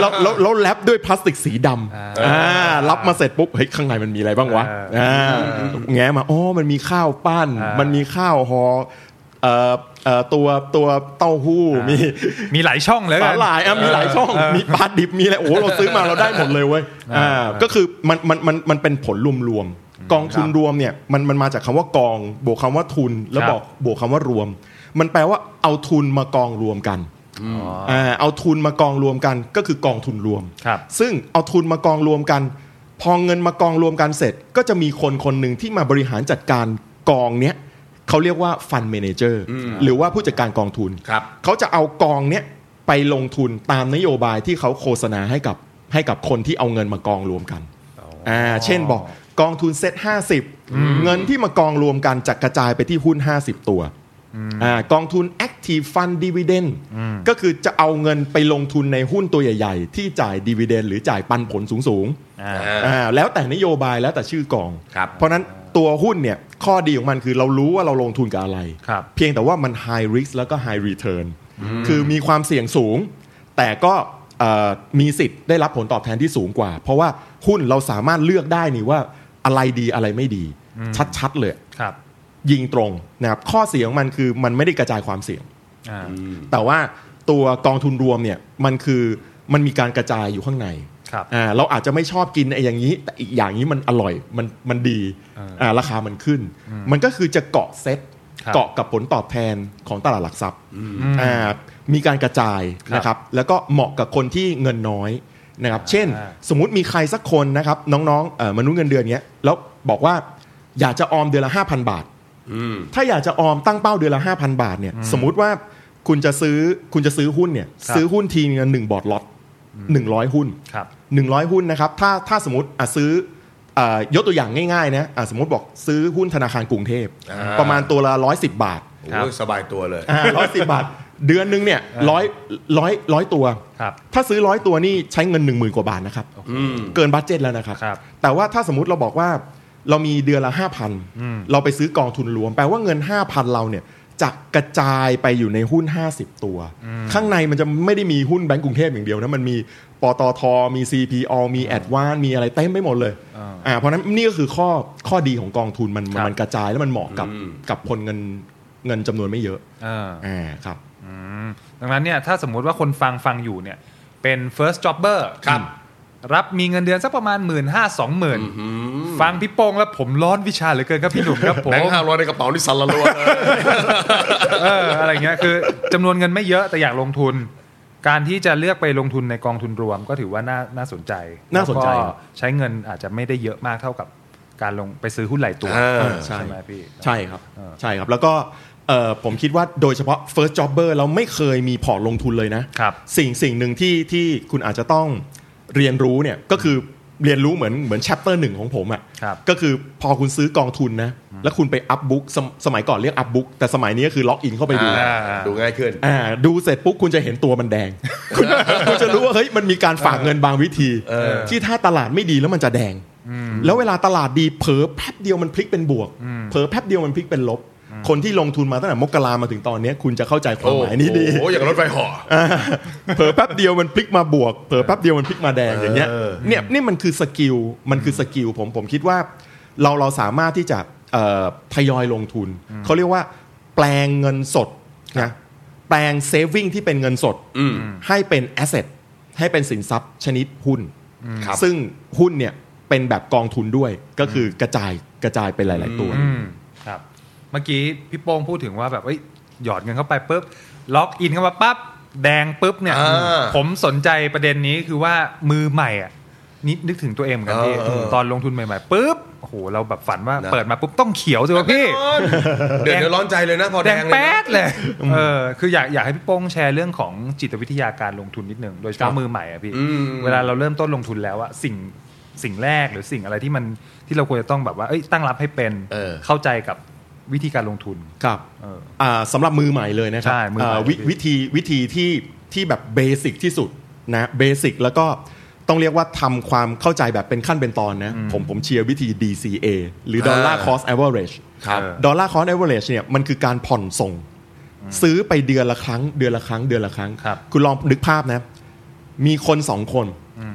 Speaker 4: แล้วแล้วแล้วแรปด้วยพลาสติกสีด
Speaker 2: อ่า
Speaker 4: ำอ่ารับมาเสร็จปุ๊บเฮ้ยข้างในมันมีอะไรบ้างวะ
Speaker 2: อ่า
Speaker 4: อ่าแง้มาอ๋อมันมีข้าวปั้น
Speaker 2: อ่ามั
Speaker 4: มันมีข้าวหอเอ่อเอ่อตัวตัวเต้าหู้มี
Speaker 2: มีหลายช่องเลย
Speaker 4: สาหร่ายอ่ะมีหลายช่องมีปลาดิบมีอะไรโอ้โหเราซื้อมาเราได้หมดเลยเว้ยอ่าก็คือมันมันมันมันเป็นผลรวมๆกองทุนรวมเนี่ยมันมันมาจากคำว่ากอง บวกคำว่าทุนแล้ว
Speaker 2: ครับ
Speaker 4: บอกบวกคำว่ารวม มันแปลว่าเอาทุนมากองรวมกันอ่าเอาทุนมากองรวมกันก็คือกองทุนรวม
Speaker 2: ครับ
Speaker 4: ซึ่งเอาทุนมากองรวมกัน พอเงินมากองรวมกันเสร็จ ก็จะมีคนคนหนึ่งที่มาบริหารจัดการกองเนี้ยเขาเรียกว่าฟันเมนเจอร์หรือว่าผู้จัดการกองทุน
Speaker 3: ครับ
Speaker 4: เขาจะเอากองเนี้ยไปลงทุนตามนโยบายที่เขาโฆษณาให้กับให้กับคนที่เอาเงินมากองรวมกันอ่าเช่นบอกกองทุนเซ็ต50 เงินที่มากองรวมกันจะกระจายไปที่หุ้น 50 ตัวอ่ากองทุน Active Fund Dividend ก็คือจะเอาเงินไปลงทุนในหุ้นตัวใหญ่ ๆ ที่จ่ายดีเวเดนหรือจ่ายปันผลสูงๆ
Speaker 2: อ่า
Speaker 4: อ่าแล้วแต่นโยบายแล้วแต่ชื่อกอง
Speaker 3: ครับ
Speaker 4: เพราะฉะนั้นตัวหุ้นเนี่ยข้อดีของมันคือเรารู้ว่าเราลงทุนกับอะไร
Speaker 2: ครับ
Speaker 4: เพียงแต่ว่ามัน high risk แล้วก็ high return คือมีความเสี่ยงสูง แต่ก็เอ่อมีสิทธิ์ได้รับผลตอบแทนที่สูงกว่า เพราะว่าหุ้นเราสามารถเลือกได้นี่ว่าอะไรดีอะไรไม่ดี ชัดๆเลย
Speaker 2: ครับ
Speaker 4: ยิงตรงนะครับข้อเสียของมันคือมันไม่ได้กระจายความเสี่ยง
Speaker 2: อ่า
Speaker 4: แต่ว่าตัวกองทุนรวมเนี่ยมันคือมันมีการกระจายอยู่ข้างใน
Speaker 2: ครับ
Speaker 4: อ่าเราอาจจะไม่ชอบกินไอ้อย่างนี้ แต่อีกอย่างนี้มันอร่อยมันมันดีอ่าราคามันขึ้น มันก็คือจะเกาะเซ็ต
Speaker 2: ครับ
Speaker 4: เกาะกับผลตอบแทนของตลาดหลักทรัพย์อ่ามีการกระจาย
Speaker 2: ครับ
Speaker 4: นะครับแล้วก็เหมาะกับคนที่เงินน้อยนะครับเช่น
Speaker 2: อ่า
Speaker 4: สมมุติมีใครสักคนนะครับน้องๆเอ่อมนุษย์เงินเดือนเนี้ยแล้วบอกว่าอยากจะออมเดือนละ 5,000 บาท
Speaker 3: อืม
Speaker 4: ถ้าอยากจะออมตั้งเป้าเดือนละ 5,000 บาทเนี่ยสมมุติว่าคุณจะซื้อคุณจะซื้อหุ้นเนี่ย
Speaker 2: ครับ
Speaker 4: ซื้อหุ้นทีนึงหนึ่งบอร์ดล็อตหนึ่งร้อยหุ้น
Speaker 2: ครับ
Speaker 4: 100 หุ้นนะครับ ถ้าถ้าสมมติอ่ะซื้ออ่ายกตัวอย่างง่ายๆนะอ่ะสมมติบอกซื้อหุ้นธนาคารกรุงเทพ
Speaker 3: อ่า
Speaker 4: ประมาณตัวละ 110 บาท
Speaker 3: โอ้โหสบายตัวเลย
Speaker 4: ร้อยสิบาท เดือนหนึงเนี่ยร้อยร้อยร้อยตัว
Speaker 2: ครับ
Speaker 4: ถ้าซื้อร้อยตัวนี่ใช้เงิน 1 0,000 กว่าบาทนะครับ
Speaker 3: อืม
Speaker 4: เกินบัตเจ็ตแล้วนะครับ
Speaker 2: ครับ
Speaker 4: แต่ว่าถ้าสมมติเราบอกว่าเรามีเดือนละ 5,000 เราไปซื้อกองทุนรวม แปลว่าเงิน 5,000 เราเนี่ยจะกระจายไปอยู่ในหุ้น 50 ตัว ข้างในมันจะไม่ได้มีหุ้นแบงก์กรุงเทพอย่างเดียวนะ มันมีปตท มี CPO มีแอดวานมีอะไรเต็มไปหมดเลย
Speaker 2: อ่า
Speaker 4: อ่าเพราะฉะนั้นนี่ก็คือข้อข้อดีของกองทุนมัน
Speaker 2: ครับ
Speaker 4: มันกระจายแล้วมันเหมาะกับ
Speaker 3: อืม
Speaker 4: กับคนเงินเงินจำนวนไม่เยอะ
Speaker 2: อ่า
Speaker 4: อ่าครับ
Speaker 2: ดังนั้นเนี่ยถ้าสมมุติว่าคนฟังฟังอยู่เนี่ยเป็น first jobber
Speaker 3: ครับ
Speaker 2: รับมีเงินเดือนสักประมาณ 1 5ื่นห้าสองหมื่นฟังพี่โป้งแล้วผมร้อนวิชาเหลือเกินครับพี่หนุ่มครับผม
Speaker 3: แบงค์ห้าร้อย [laughs] ในกระเป๋านี่สั่นละลัวเลย
Speaker 2: เอออะไรเงี้ยคือจำนวนเงินไม่เยอะแต่อยากลงทุน การที่จะเลือกไปลงทุนในกองทุนรวม ก็ถือว่าน่าน่าสนใจ
Speaker 4: น่าสนใจ
Speaker 2: แล้วก็ใช้เงินอาจจะไม่ได้เยอะมากเท่ากับการลงไปซื้อหุ้นหลายตัว
Speaker 3: อ่า
Speaker 2: ใช่ไหมพี่
Speaker 4: ใช่ครับใช่ครับแล้วก็เอ่อผมคิดว่าโดยเฉพาะ first jobber เราไม่เคยมีพอร์ตลงทุนเลยนะครับสิ่งสิ่งหนึ่งที่ที่คุณอาจจะต้องเรียนรู้เนี่ยก็คือเรียนรู้เหมือนเหมือน chapter หนึ่งของผม
Speaker 2: ครั
Speaker 4: อะ่ะ
Speaker 2: บ
Speaker 4: ก็คือพอคุณซื้อกองทุนนะแล้วคุณไปอัพบุ๊กสมัยก่อนเรียกอัพบุ๊กแต่สมัยนี้ก็คือล็อกอินเข้าไปดู
Speaker 3: อ่า
Speaker 2: อ่า
Speaker 3: ดูง่ายขึ้น
Speaker 4: อ่าดูเสร็จปุ๊บคุณจะเห็นตัวมันแดง [laughs] คุณคุณจะรู้ว่าเฮ้ยมันมีการฝากเงินบางวิธี ที่ถ้าตลาดไม่ดีแล้วมันจะแดง แล้วเวลาตลาดดีเผลอแป๊บเดียวมันพลิกเป็นบวก เผลอแป๊บเดียวมันพลิกเป็นลบ คนที่ลงทุนมาตั้งแต่มกรามาถึงตอนเนี้ยคุณจะเข้าใจความ
Speaker 3: โอ้
Speaker 4: หมายนี้ดี
Speaker 3: โหอย่างรถไฟเห่อ
Speaker 4: [laughs] เผลอแป๊บเดียวมันพลิกมาบวก เผลอแป๊บเดียวมันพลิกมาแดงอย่างเงี้ย
Speaker 3: เออ
Speaker 4: เนี่ยนี่มันคือสกิลมันคือสกิลผมผมคิดว่า เราเราสามารถที่จะเอ่อทยอยลงทุน เขาเรียกว่าแปลงเงินสดนะ แปลงเซฟิงที่เป็นเงินสดให้เป็นแอสเซทให้เป็นสินทรัพย์ชนิดหุ้น
Speaker 3: ครับ
Speaker 4: ซึ่งหุ้นเนี่ยเป็นแบบกองทุนด้วยก็คือกระจายกระจายไปหลาย ๆ ตัว
Speaker 2: อืมครับ เมื่อกี้พี่โป้งพูดถึงว่าแบบเอ้ยหยอดเงินเข้าไปปุ๊บล็อกอินเข้ามาปั๊บแดงปุ๊บเนี่ย
Speaker 3: อ่า
Speaker 2: ผมสนใจประเด็นนี้คือว่ามือใหม่อ่ะนิดนึกถึงตัวเองเหมือนกันพี่
Speaker 3: เออเออ
Speaker 2: ตอนลงทุนใหม่ๆปุ๊บโอ้โหเราแบบฝันว่า
Speaker 3: นะ
Speaker 2: เปิดมาปุ๊บต้องเขียวสิวะพี่
Speaker 3: เดี๋ยวเดี๋ยวร้อนใจเลยนะพอ
Speaker 2: แด
Speaker 3: แด
Speaker 2: ง
Speaker 3: ง
Speaker 2: แป๊ด
Speaker 3: เลยนะ
Speaker 2: เลย เออ คืออยากอยากให้พี่โป้งแชร์เรื่องของจิตวิทยาการลงทุนนิดหนึ่ง โดยเฉ
Speaker 4: ครั
Speaker 2: พาะ
Speaker 4: บ
Speaker 2: มือใหม่อ่ะพี่
Speaker 3: อืม
Speaker 2: เวลาเราเริ่มต้นลงทุนแล้วอะสิ่งสิ่งแรกหรือสิ่งอะไรที่มันที่เราควรจะต้องแบบว่า เอ้ยตั้งรับให้เป็น
Speaker 3: เออ
Speaker 2: เข้าใจกับวิธีการลงทุน
Speaker 4: ครับ
Speaker 2: เออ
Speaker 4: อ่าสำหรับมือใหม่เลยนะครับ
Speaker 2: ใช่มือใหม่
Speaker 4: อ่าว
Speaker 2: พี่
Speaker 4: วิธีวิธีที่ที่แบบเบสิกที่สุดนะเบสิกแล้วก็ต้องเรียกว่าทำความเข้าใจแบบเป็นขั้นเป็นตอนนะผมผมเชียร์วิธี DCA หรือ Dollar
Speaker 3: อ่า
Speaker 4: Cost Average
Speaker 3: ครับ
Speaker 2: เออ
Speaker 4: ดอลลาร์คอร์สเอเวอเรจเนี่ยมันคือการผ่อนส่ง ซื้อไปเดือนละครั้ง เดือนละครั้งเดือนละครั้ง
Speaker 2: ครับ
Speaker 4: ณลองนึกภาพนะ มีคนสองคน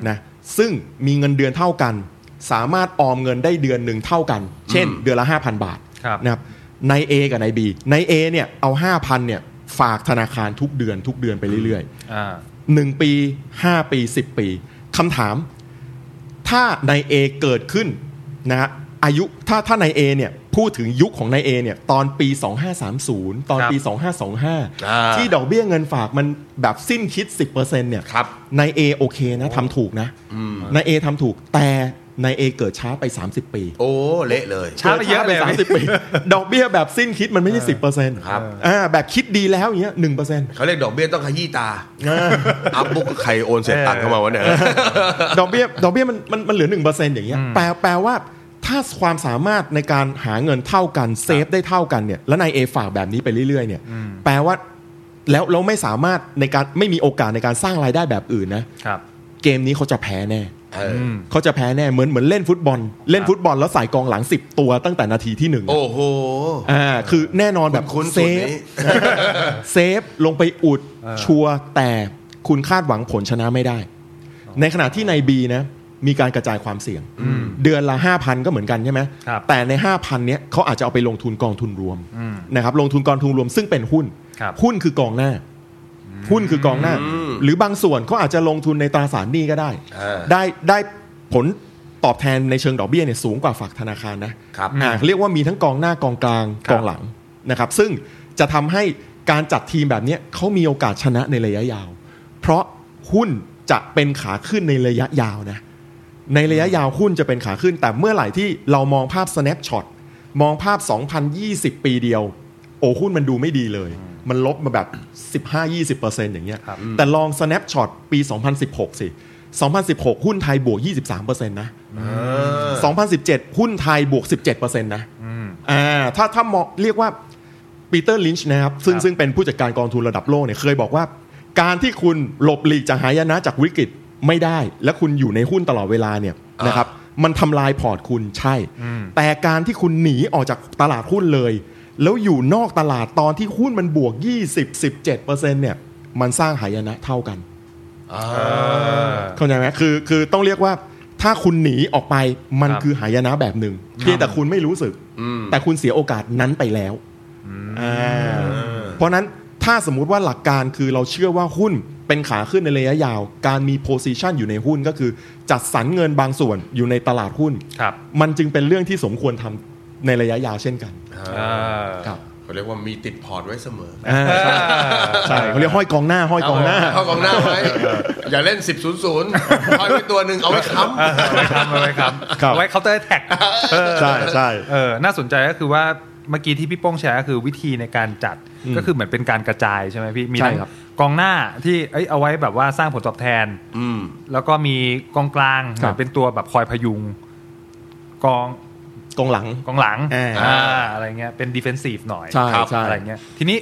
Speaker 4: นะซึ่งมีเงินเดือนเท่ากัน สามารถออมเงินได้เดือนหนึ่งเท่ากัน เช่น เดือนละ 5,000 บาท
Speaker 2: ครับ
Speaker 4: นะครับใน A กับใน B ใน A เนี่ยเอา 5,000เนี่ยฝากธนาคารทุกเดือนทุกเดือนไปเรื่อยๆ
Speaker 2: อ่า
Speaker 4: หนึ่งปีห้าปีสิบปีคำถาม ถ้าใน A เกิดขึ้นนะฮะอายุถ้าถ้าใน A เนี่ยพูดถึงยุคของใน A เนี่ยตอนปี 2530 ตอนปี
Speaker 2: ครับ
Speaker 3: อ่า
Speaker 4: 2525 ที่ดอกเบี้ยเงินฝากมันแบบสิ้นคิด 10%เนี่ย
Speaker 3: ครับ
Speaker 4: ใน A โอเคนะทำถูกนะใน A ทำถูกแต่ใน A เกิดช้าไป 30 ปี
Speaker 3: โอ้เละเลย
Speaker 2: ช้าไปเยอะเลย
Speaker 4: กิดช้าไป30 ปี ดอกเบี้ยแบบสิ้นคิดมันไม่ใช่10%
Speaker 3: ครับ
Speaker 4: อ่าแบบคิดดีแล้วอย่างเงี้ย1%
Speaker 3: เขาเรียกดอกเบี้ยต้องขยี้ตาอัพบุ๊กใครโอนเสร็จตังค์เข้ามาวะเนี่ย
Speaker 4: ดอกเบี้ยดอกเบี้ยมันมันมันเหลือหนึ่งเปอร์เซ็นต์อย่างเงี้ยแปลแปลว่าถ้าความสามารถในการหาเงินเท่ากันเซฟได้เท่ากันเนี่ยแล้วนายเอฝากแบบนี้ไปเรื่อยๆเนี่ยแปลว่าแล้วเราไม่สามารถในการไม่มีโอกาสในการสร้างรายได้แบบอื่นนะครับ เกมนี้เขาจะแพ้แน่
Speaker 3: เออ
Speaker 2: อืม
Speaker 4: เขาจะแพ้แน่เหมือนเหมือนเล่นฟุตบอล เล่นฟุตบอลแล้วใส่กองหลัง 10 ตัวตั้งแต่นาทีที่หนึ่ง
Speaker 3: โอ้โห
Speaker 4: อ่าคือแน่นอนแบบ
Speaker 3: คุ้นๆ
Speaker 4: เซ
Speaker 3: สูตร
Speaker 4: ฟ
Speaker 3: นี้
Speaker 4: เซฟลงไปอุดชัวร์แต่คุณคาดหวังผลชนะไม่ได้ ในขณะที่ใน B นะมีการกระจายความเสี่ยง เดือนละ 5,000 ก็เหมือนกันใช่ไหม
Speaker 2: ครับ
Speaker 4: แต่ใน 5,000เนี้ยเขาอาจจะเอาไปลงทุนกองทุนรวม
Speaker 2: อืม
Speaker 4: นะครับลงทุนกองทุนรวมซึ่งเป็นหุ้น
Speaker 2: ครับ
Speaker 4: หุ้นคือกองหน้า หุ้นคือกองหน้า หรือบางส่วนเขาอาจจะลงทุนในตราสารหนี้ก็ได้
Speaker 3: อ่า
Speaker 4: ได้ได้ผลตอบแทนในเชิงดอกเบี้ยเนี่ยสูงกว่าฝากธนาคารนะครับ อ่าเรียกว่ามีทั้งกองหน้ากองกลาง
Speaker 2: ครับ
Speaker 4: กองหลังนะครับ ซึ่งจะทำให้การจัดทีมแบบเนี้ยเขามีโอกาสชนะในระยะยาว เพราะหุ้นจะเป็นขาขึ้นในระยะยาวนะ ในระยะยาวหุ้นจะเป็นขาขึ้น แต่เมื่อไหร่ที่เรามองภาพ snapshot มองภาพ 2020 ปีเดียว โอ้หุ้นมันดูไม่ดีเลย มันลบมาแบบ 15-20%อย่างเงี้ย
Speaker 2: ครับ
Speaker 4: แต่ลอง snapshot ปี 2016 สิ 2016 หุ้นไทยบวก 23%นะ 2017 หุ้นไทยบวก 17%นะ
Speaker 2: อืม
Speaker 4: อ่าถ้าถ้ามองเรียกว่าปีเตอร์ลินช์นะครับซึ่ง
Speaker 2: ครับ
Speaker 4: ซึ่งเป็นผู้จัดการกองทุนระดับโลกเนี่ยเคยบอกว่า การที่คุณหลบหลีกจากหายนะจากวิกฤตไม่ได้ และคุณอยู่ในหุ้นตลอดเวลาเนี่ย
Speaker 3: อ่าน
Speaker 4: นะครับมันทำลายพอร์ตคุณใช่ แต่การที่คุณหนีออกจากตลาดหุ้นเลย แล้วอยู่นอกตลาดตอนที่หุ้นมันบวก 20-17%เนี่ยมันสร้างหายนะเท่ากัน
Speaker 3: อ่า
Speaker 4: เข้าใจไหมคือคือต้องเรียกว่าถ้าคุณหนีออกไปมัน
Speaker 2: ครับ
Speaker 4: คือหายนะแบบหนึ่งเพียงแต่คุณไม่รู้สึก แต่คุณเสียโอกาสนั้นไปแล้วอ่าเพราะนั้นถ้าสมมุติว่าหลักการคือเราเชื่อว่าหุ้นเป็นขาขึ้นในระยะยาว การมีโพซิชันอยู่ในหุ้นก็คือ จัดสรรเงินบางส่วนอยู่ในตลาดหุ้น
Speaker 2: ครับ
Speaker 4: มันจึงเป็นเรื่องที่สมควรทำในระยะยาวเช่นกัน
Speaker 2: อ่า
Speaker 4: ครับ
Speaker 3: เขาเรียกว่ามีติดพอร์ตไว้เสมอ
Speaker 4: อ่าใช่ใช่เขาเรียกห้อยกองหน้าห้อยกองหน้า
Speaker 3: เข้ากองหน้าไว้ อย่าเล่น 10 0 0เอาไว้ตัวหนึ่งเอาไว้ค้ำ
Speaker 2: เอาไว้ครับเอาไว้ครับ
Speaker 4: ครับ
Speaker 2: เอาไว้เคาน์เตอร์แท็ก
Speaker 4: ใช่ใช่
Speaker 2: เออ น่าสนใจก็คือว่าเมื่อกี้ที่พี่โป้งแชร์ก็คือวิธีในการจัด
Speaker 4: อืม
Speaker 2: ก็คือเหมือนเป็นการกระจายใช่ไหมพี่ มี
Speaker 4: ใช่
Speaker 2: ทั้ง
Speaker 4: ครับ
Speaker 2: กองหน้าที่เอ้ยเอาไว้แบบว่าสร้างผลตอบแทน
Speaker 3: อืม
Speaker 2: แล้วก็มีกองกลาง
Speaker 4: ครับ
Speaker 2: เป็นตัวแบบคอยพยุง กอง
Speaker 4: กองหลัง
Speaker 2: กองหลัง
Speaker 4: อ่า
Speaker 2: อ่าอะไรเงี้ยเป็นดิเฟนซีฟหน่อย
Speaker 4: ใช่
Speaker 2: ครับ
Speaker 4: ใช่
Speaker 2: อะไรเงี้ยทีนี้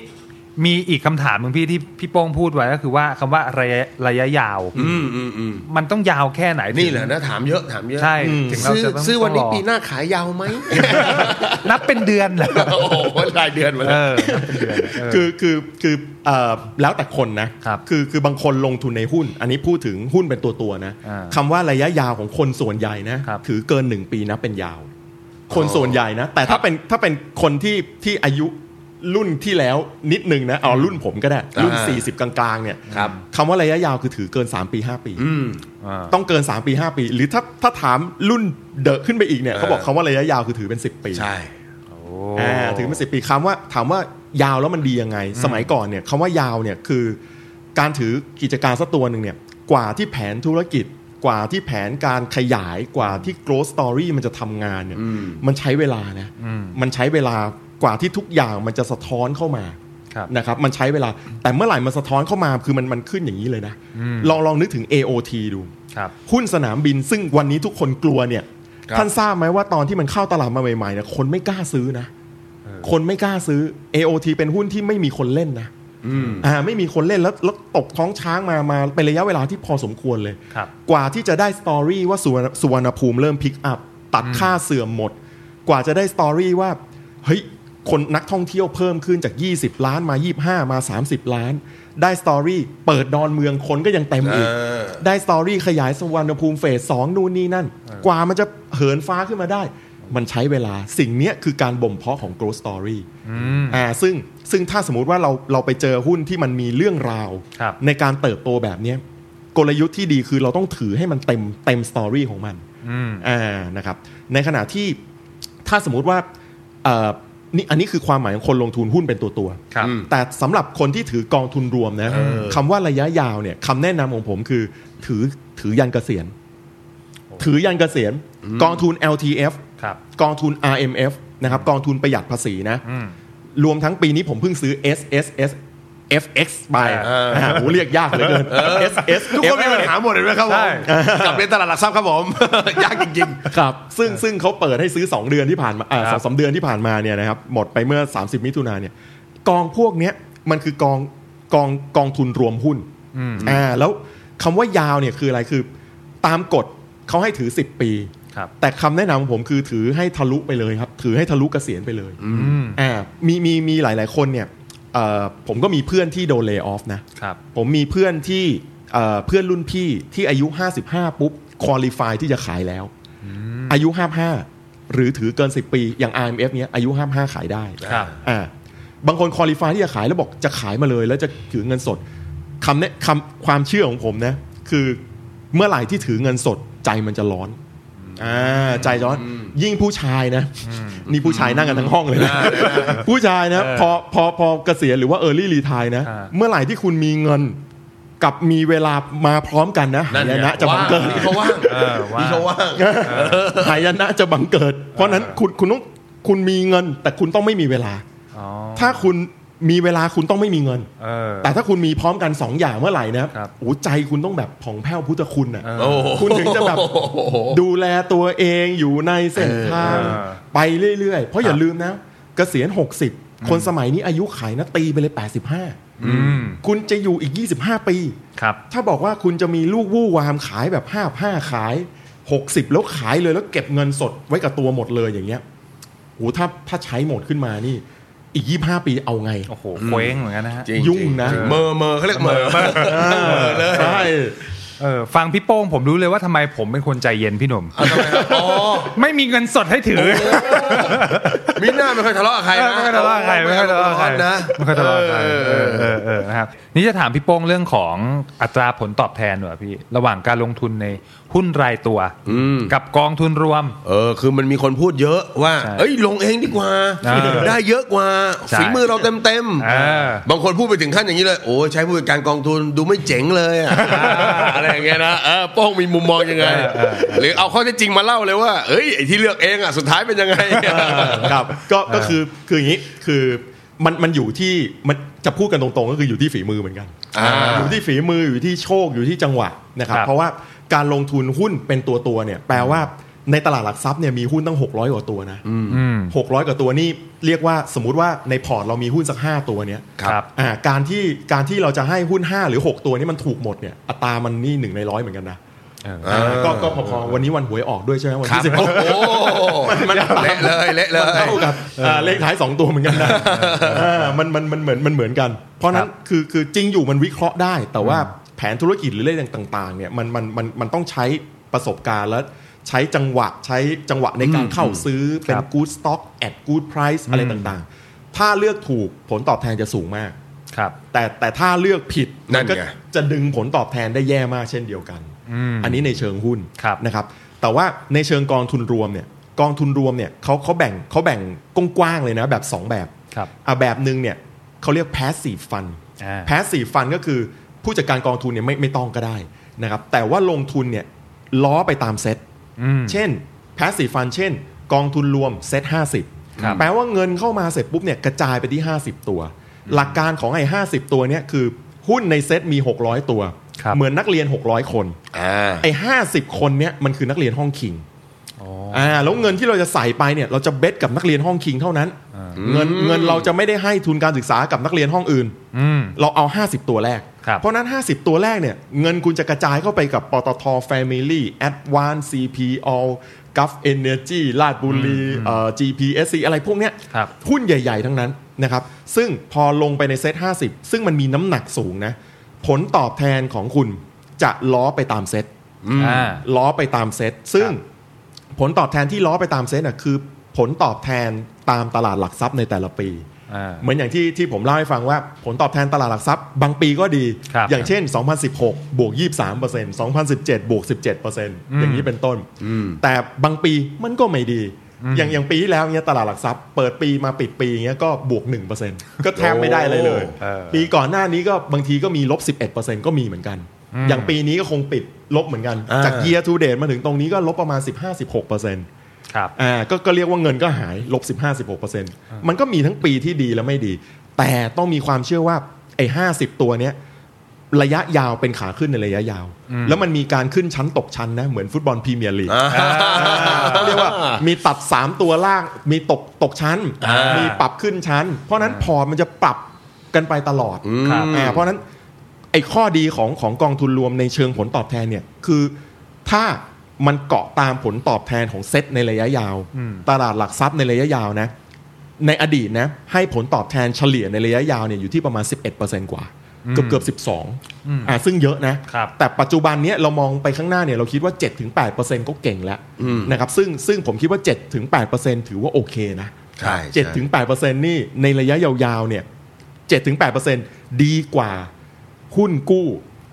Speaker 2: มีอีกคำถามหนึ่งพี่ที่พี่โป้งพูดไว้ก็คือว่าคำว่าระยะระยะยาว
Speaker 3: อืมอืมอืม
Speaker 2: มันต้องยาวแค่ไหนถึง
Speaker 3: นี่แหละนะถามเยอะถามเยอะ
Speaker 2: ใช่ถึงเรา
Speaker 3: ซื้อ
Speaker 2: จะต้อง
Speaker 3: ซื้อวันนี้
Speaker 2: ต้องร
Speaker 3: ปีหน้าขายยาวไหม
Speaker 2: นับเป็นเดือนเหรอ
Speaker 3: [laughs] โอ้โหรายเดือนมา
Speaker 2: เอ
Speaker 3: แล้ว
Speaker 2: อนับเป็นเดือนเออ
Speaker 4: คือคือคือเอ่อแล้วแต่คนนะครับ อคือบางคนลงทุนในหุ้น อันนี้พูดถึงหุ้นเป็นตัวตัวนะ
Speaker 2: อ่า
Speaker 4: คำว่าระยะยาวของคนส่วนใหญ่นะครับ ถือเกินหนึ่งปีนะเป็นยาว คนส่วนใหญ่นะ แต่ถ้าเป็นถ้าเป็นคนที่ที่อายุ รุ่นที่แล้วนิดนึงนะเอารุ่นผมก็ได้ รุ่น
Speaker 3: อ่า
Speaker 4: 40 กลางๆเนี่ย
Speaker 3: ครับ
Speaker 4: คำว่าระยะยาวคือถือเกิน 3 ปี 5 ปี
Speaker 3: อืม
Speaker 2: อ่า
Speaker 4: ต้องเกิน 3 ปี 5 ปี หรือถ้าถ้าถามรุ่นเดอะขึ้นไปอีกเนี่ย
Speaker 3: เออ
Speaker 4: เขาบอกคำว่าระยะยาวคือถือเป็น 10 ปี
Speaker 3: ใช่
Speaker 4: อ่าถือเป็น 10 ปีคำว่าถามว่ายาวแล้วมันดียังไง สมัยก่อนเนี่ยคำว่ายาวเนี่ยคือ การถือกิจการสักตัวหนึ่งเนี่ยกว่าที่แผนธุรกิจ กว่าที่แผนการขยายกว่าที่ growth story มันจะทำงานเนี่ย
Speaker 3: อืม
Speaker 4: มันใช้เวลานะ
Speaker 2: อืม
Speaker 4: มันใช้เวลากว่าที่ทุกอย่างมันจะสะท้อนเข้ามา
Speaker 2: ครับ
Speaker 4: นะครับมันใช้เวลาแต่เมื่อไหร่มันสะท้อนเข้ามาคือมันมันขึ้นอย่างนี้เลยนะ ลองลองนึกถึง AOT ดู
Speaker 2: ครับ
Speaker 4: หุ้นสนามบินซึ่งวันนี้ทุกคนกลัวเนี่ย
Speaker 3: ครับ
Speaker 4: ท่านทราบไหมว่าตอนที่มันเข้าตลาดมาใหม่ๆเนี่ยคนไม่กล้าซื้อนะ คนไม่กล้าซื้อ AOT เป็นหุ้นที่ไม่มีคนเล่นนะ
Speaker 3: อืม
Speaker 4: อ่าไม่มีคนเล่นแล้วแล้วตกท้องช้างมามาเป็นระยะเวลาที่พอสมควรเลย
Speaker 2: ครับ
Speaker 4: กว่าที่จะได้สตอรี่ว่าสุวรรณสุวรรณภูมิเริ่มพิกอัพตัดค่าเสื่อมหมด กว่าจะได้สตอรี่ว่าเฮ้ยคนนักท่องเที่ยวเพิ่มขึ้นจาก 20 ล้านมา 25 มา 30 ล้าน ได้สตอรี่เปิดดอนเมืองคนก็ยังเต็มอีก
Speaker 3: เออ
Speaker 4: ได้สตอรี่ขยายสุวรรณภูมิเฟส 2 นู่นนี่นั่น กว่ามันจะเหินฟ้าขึ้นมาได้ มันใช้เวลาสิ่งเนี้ยคือการบ่มเพาะของ growth story
Speaker 2: อืม
Speaker 4: อ่าซึ่งซึ่งถ้าสมมุติว่าเราเราไปเจอหุ้นที่มันมีเรื่องราว
Speaker 2: ครับ
Speaker 4: ในการเติบโตแบบเนี้ยกลยุทธ์ที่ดีคือเราต้องถือให้มันเต็มเต็มสตอรี่ของมัน
Speaker 2: อืม
Speaker 4: อ่านะครับในขณะที่ถ้าสมมุติว่าเอ่อนี่อันนี้คือความหมายของคนลงทุนหุ้นเป็นตัวตัวๆ
Speaker 2: ครับ
Speaker 4: แต่สำหรับคนที่ถือกองทุนรวมนะ
Speaker 3: เออ
Speaker 4: คำว่าระยะยาวเนี่ยคำแนะนำของผมคือถือถือยันเกษียณ ถือยันเกษียณกองทุน LTF
Speaker 2: ครับ
Speaker 4: กองทุน RMF นะครับกองทุนประหยัดภาษีนะ
Speaker 2: อืม
Speaker 4: รวมทั้งปีนี้ผมเพิ่งซื้อ S S S F X ไป
Speaker 3: เออ
Speaker 4: โอ้โหเรียกยากเหลยเกิน S S
Speaker 3: ทุกคนมีปัญหาหมดเห็นไหมครับผ
Speaker 2: ใช่
Speaker 3: มกลับเรียนตลาดหลักทรัพย์ครับผม ยากจริง
Speaker 4: ครับซึ่งซึ่งเขาเปิดให้ซื้อ 2 เดือนที่ผ่านมาอ่า
Speaker 2: ค
Speaker 4: ส
Speaker 2: รั
Speaker 4: อบ งสามเดือนที่ผ่านมาเนี่ยนะครับหมดไปเมื่อ 30 มิถุนาเนี่ยกองพวกเนี้ยมันคือกองกองกองทุนรวมหุ้นอ่าแล้วคำว่ายาวเนี่ยคืออะไรคือตามกฎเขาให้ถือ 10 ปี
Speaker 2: ครับ
Speaker 4: แต่คำแนะนำของผมคือถือให้ทะลุไปเลยครับ ถือให้ทะลุเกษียณไปเลย
Speaker 2: อืม
Speaker 4: อ่ามีมีมีหลาย ๆ คนเนี่ยเอ่อผมก็มีเพื่อนที่โดนเลย์ออฟนะ
Speaker 2: ครับ
Speaker 4: ผมมีเพื่อนที่เอ่อเพื่อนรุ่นพี่ที่อายุ 55 ปุ๊บคุริฟายที่จะขายแล้ว อายุ 55 หรือถือเกิน 10 ปี อย่าง RMF เนี้ยอายุ 55 ขายได้
Speaker 2: ครับ
Speaker 4: อ่าบางคนคุริฟายที่จะขายแล้วบอกจะขายมาเลย แล้วจะถือเงินสดคำเนี้ยคำความเชื่อของผมนะคือเมื่อไหร่ที่ถือเงินสดใจมันจะร้อนอ่าใจร้อนยิ่งผู้ชายนะนี่ผู้ชายนั่งกันทั้งห้องเลยนะ ผู้ชายนะ
Speaker 2: เออ
Speaker 4: พอพอพอเกษียณหรือว่าเออร์ลี่รีทายนะ
Speaker 2: อ่า
Speaker 4: เมื่อไหร่ที่คุณมีเงินกับมีเวลามาพร้อมกันนะ
Speaker 3: ๆ นั่น
Speaker 4: หาย
Speaker 3: ไง
Speaker 4: นะจะบังเกิด
Speaker 3: นี่เขาว่าง
Speaker 2: เออว่า
Speaker 3: นี่เขาว่าง
Speaker 4: หายนะจะบังเกิด เพราะฉะนั้นคุณคุณต้องคุณมีเงิน แต่คุณต้องไม่มีเวลา
Speaker 2: อ๋อ
Speaker 4: ถ้าคุณมีเวลาคุณต้องไม่มีเงิน
Speaker 2: เออ
Speaker 4: แต่ถ้าคุณมีพร้อมกันสองอย่างเมื่อไหร่นะครับ โอ้ใจคุณต้องแบบผ่องแผ้วพุทธคุณอ่ะ
Speaker 2: เออ
Speaker 3: โอ้โห
Speaker 4: คุณถึงจะแบบ ดูแลตัวเองอยู่ในเส้นทาง
Speaker 2: เออ
Speaker 4: ไปเรื่อย ๆ เพราะอย่าลืมนะเกษียณ 60 คนสมัยนี้อายุขายนะตีไปเลย 85
Speaker 2: อืม
Speaker 4: คุณจะอยู่อีก 25 ปี
Speaker 2: ครับ
Speaker 4: ถ้าบอกว่าคุณจะมีลูกวู่วามขายแบบ 55 ขาย 60 แล้วขายเลยแล้วเก็บเงินสดไว้กับตัวหมดเลยอย่างเงี้ยโหถ้าถ้าใช้หมดขึ้นมานี่ อีก 25 ปีเอาไง
Speaker 2: โอ้โหเคว้งเหมือนกันนะฮะ
Speaker 3: จริๆ
Speaker 4: ยุ่งนะ
Speaker 3: จริเมอเมอเขาเรียกเมอเมอเลย
Speaker 4: ใช่
Speaker 2: เออ ฟังพี่โป้งผมรู้เลยว่าทำไมผมเป็นคนใจเย็นพี่หนุ่ม
Speaker 3: เอาทำไมครับอ๋อ
Speaker 2: ไม่มีเงินสดให้ถือ
Speaker 3: มีหน้าไม่ค่อยทะเลาะกับใครนะ
Speaker 2: ไม่ค่อยทะเลาะกับใครไม่ค่อยทะเลาะกับใคร
Speaker 3: นะ
Speaker 2: ไม่ค่อยทะเลาะกับใคร
Speaker 3: เอ
Speaker 2: เอ
Speaker 3: อ
Speaker 2: อเออเออนะครับนี่จะถามพี่โป้งเรื่องของอัตราผลตอบแทนหน่อยพี่ ระหว่างการลงทุนในหุ้นรายตัว กับกองทุนรวม
Speaker 3: เออ คือมันมีคนพูดเยอะว่า
Speaker 2: ใช่
Speaker 3: เอ้ยลงเองดีกว่า
Speaker 2: เออ
Speaker 3: ได้เยอะกว่า
Speaker 2: ใช่
Speaker 3: ฝีมือเราเต็มเต็มๆ
Speaker 2: เออ
Speaker 3: บางคนพูดไปถึงขั้นอย่างนี้เลย โอ้ยใช้ผู้จัดการกองทุนดูไม่เจ๋งเลยอะ [laughs] อะไรอย่างเงี้ยนะเออโป้งมีมุมมองยังไง หรือเอาข้อเท็จจริงมาเล่าเลยว่าเอ้ยไอ้ที่เลือกเองอ่ะสุดท้ายเป็นยังไง
Speaker 4: ครับก็ก็คือคืออย่างนี้คือมันมันอยู่ที่มันจะพูดกันตรงๆ ก็คืออยู่ที่ฝีมือเหมือนกัน
Speaker 3: อ่า
Speaker 4: อยู่ที่ฝีมืออยู่ที่โชคอยู่ที่จังหวะนะครับ
Speaker 2: ครับ
Speaker 4: เพราะว่าการลงทุนหุ้นเป็นตัวตัวๆเนี่ยแปลว่าในตลาดหลักทรัพย์เนี่ยมีหุ้นตั้ง 600 กว่าตัวนะหกร้อยกว่าตัวนี่เรียกว่าสมมติว่าในพอร์ตเรามีหุ้นสัก 5 ตัวเนี่ย
Speaker 2: ครับ
Speaker 4: อ่าการที่การที่เราจะให้หุ้น 5 หรือ 6 ตัวนี้มันถูกหมดเนี่ยอัตรามันนี่หนึ่งในร้อยเหมือนกันนะอ่าก็ก็พอๆวันนี้วันหวยออกด้วยใช่ไหมวันที่สิบ
Speaker 3: โอ้โห
Speaker 4: มันตาม
Speaker 3: เละเลยเละเลย
Speaker 4: มันเท่ากับเอ่อเลขท้าย 2 ตัวเหมือนกันนะเออมันมันมันเหมือนมันเหมือนกัน เพราะฉะนั้นคือคือจริงอยู่มันวิเคราะห์ได้ แต่ว่าแผนธุรกิจหรือเรื่องต่างๆเนี่ยมันมันมันมันต้องใช้ประสบการณ์และใช้จังหวะใช้จังหวะในการเข้าซื้อเป็น good stock at good price อะไรต่างๆ ถ้าเลือกถูกผลตอบแทนจะสูงมาก
Speaker 2: ครับ
Speaker 4: แต่แต่ถ้าเลือกผิด
Speaker 3: นั่
Speaker 4: มัน ก็
Speaker 3: ไง
Speaker 4: จะดึงผลตอบแทนได้แย่มากเช่นเดียวกัน
Speaker 2: อืม
Speaker 4: อันนี้ในเชิงหุ้น
Speaker 2: ครับ
Speaker 4: นะครับ แต่ว่าในเชิงกองทุนรวมเนี่ยกองทุนรวมเนี่ยเขาเขาแบ่งเขาแบ่งกว้างๆเลยนะแบบ 2 แบบ
Speaker 2: ครับ
Speaker 4: อ่ะแบบหนึ่งเนี่ยเขาเรียก passive fund
Speaker 2: อ่า
Speaker 4: passive fund ก็คือผู้จัดการกองทุนเนี่ยไม่ไม่ต้องก็ได้นะครับแต่ว่าลงทุนเนี่ยล้อไปตามเซต
Speaker 2: อืม
Speaker 4: เช่น passive fund เช่น กองทุนรวมเซ็ต
Speaker 2: ครับ
Speaker 4: 50 แปลว่าเงินเข้ามาเสร็จปุ๊บเนี่ยกระจายไปที่ 50 ตัว หลักการของไอ้50 ตัวเนี่ยคือหุ้นในเซ็ตมี 600 ตัว
Speaker 2: ครับ
Speaker 4: เหมือนนักเรียน 600 คน
Speaker 3: อ่า
Speaker 4: ไอ้50 คนเนี่ยมันคือนักเรียนห้องคิงอ่าแล้วเงินที่เราจะใส่ไปเนี่ยเราจะเบสกับนักเรียนห้องคิงเท่านั้น เงินเงินเราจะไม่ได้ให้ทุนการศึกษากับนักเรียนห้องอื่น
Speaker 2: อืม
Speaker 4: เราเอา 50 ตัวแรก
Speaker 2: ครับ
Speaker 4: เพราะฉะนั้น 50 ตัวแรกเนี่ย เงินคุณจะกระจายเข้าไปกับปตท Family Advance CP All Gulf Energy ลาดบุรีเอ่อ GPSC อะไรพวกเนี้ย
Speaker 2: ครับ
Speaker 4: หุ้นใหญ่ ๆ ทั้งนั้นนะครับ ซึ่งพอลงไปในเซต50 ซึ่งมันมีน้ำหนักสูงนะ ผลตอบแทนของคุณจะล้อไปตามเซต
Speaker 2: อ่า
Speaker 4: ล้อไปตามเซตซึ่งผลตอบแทนที่ล้อไปตามเซตน่ะคือผลตอบแทนตามตลาดหลักทรัพย์ในแต่ละปี
Speaker 2: อ่า
Speaker 4: เหมือนอย่างที่ที่ผมเล่าให้ฟังว่าผลตอบแทนตลาดหลักทรัพย์บางปีก็ดี
Speaker 2: ครับ
Speaker 4: อย่างเช่น 2016 บวก 23 2017 บวก 17 อย่างนี้เป็นต้น แต่บางปีมันก็ไม่ดี อย่างอย่างปีที่แล้วเนี่ยตลาดหลักทรัพย์เปิดปีมาปิดปีเงี้ยก็บวก 1 ก็แทบไม่ได้เลยเลย
Speaker 2: โอ้เออ
Speaker 4: ปีก่อนหน้านี้ก็บางทีก็มีลบ 11 ก็มีเหมือนกัน อย่างปีนี้ก็คงปิดลบเหมือนกัน
Speaker 3: อ่า
Speaker 4: จาก year to date มาถึงตรงนี้ก็ลบประมาณ 15-16%
Speaker 2: ครับ
Speaker 4: อ่าก็ก็เรียกว่าเงินก็หายลบ 15-16%มันก็มีทั้งปีที่ดีและไม่ดี แต่ต้องมีความเชื่อว่าไอ้ 50 ตัวเนี้ยระยะยาวเป็นขาขึ้นในระยะยาว แล้วมันมีการขึ้นชั้นตกชั้นนะ เหมือนฟุตบอลพรีเมียร์ลีกต้องเรียกว่ามีตัด 3 ตัวล่าง มีตกตกชั้น
Speaker 3: อ่ามี
Speaker 4: มีปรับขึ้นชั้น เพราะฉะนั้นพอร์ตมันจะปรับกันไปตลอด
Speaker 3: อืม
Speaker 2: ครับ
Speaker 4: อ่าเพราะฉะนั้นไอ้ข้อดีของของกองทุนรวมในเชิงผลตอบแทนเนี่ยคือถ้ามันเกาะตามผลตอบแทนของเซ็ตในระยะยาว
Speaker 2: อืม
Speaker 4: ตลาดหลักทรัพย์ในระยะยาวนะ ในอดีตนะให้ผลตอบแทนเฉลี่ยในระยะยาวเนี่ยอยู่ที่ประมาณ 11%กว่า เกือบเกือบ12อ่าซึ่งเยอะนะ
Speaker 2: ครับ
Speaker 4: แต่ปัจจุบันเนี้ยเรามองไปข้างหน้าเนี่ยเราคิดว่า 7-8%ก็เก่งแล้วนะครับซึ่งซึ่งผมคิดว่า 7-8%ถือว่าโอเคนะ
Speaker 3: ใช่
Speaker 4: เจ็ดถึงแปดเปอร์เซ็นต์นี่ในระยะยาวๆเนี่ยเจ็ดถึงแปดเปอร์เซ็นต์ดีกว่าหุ้นกู้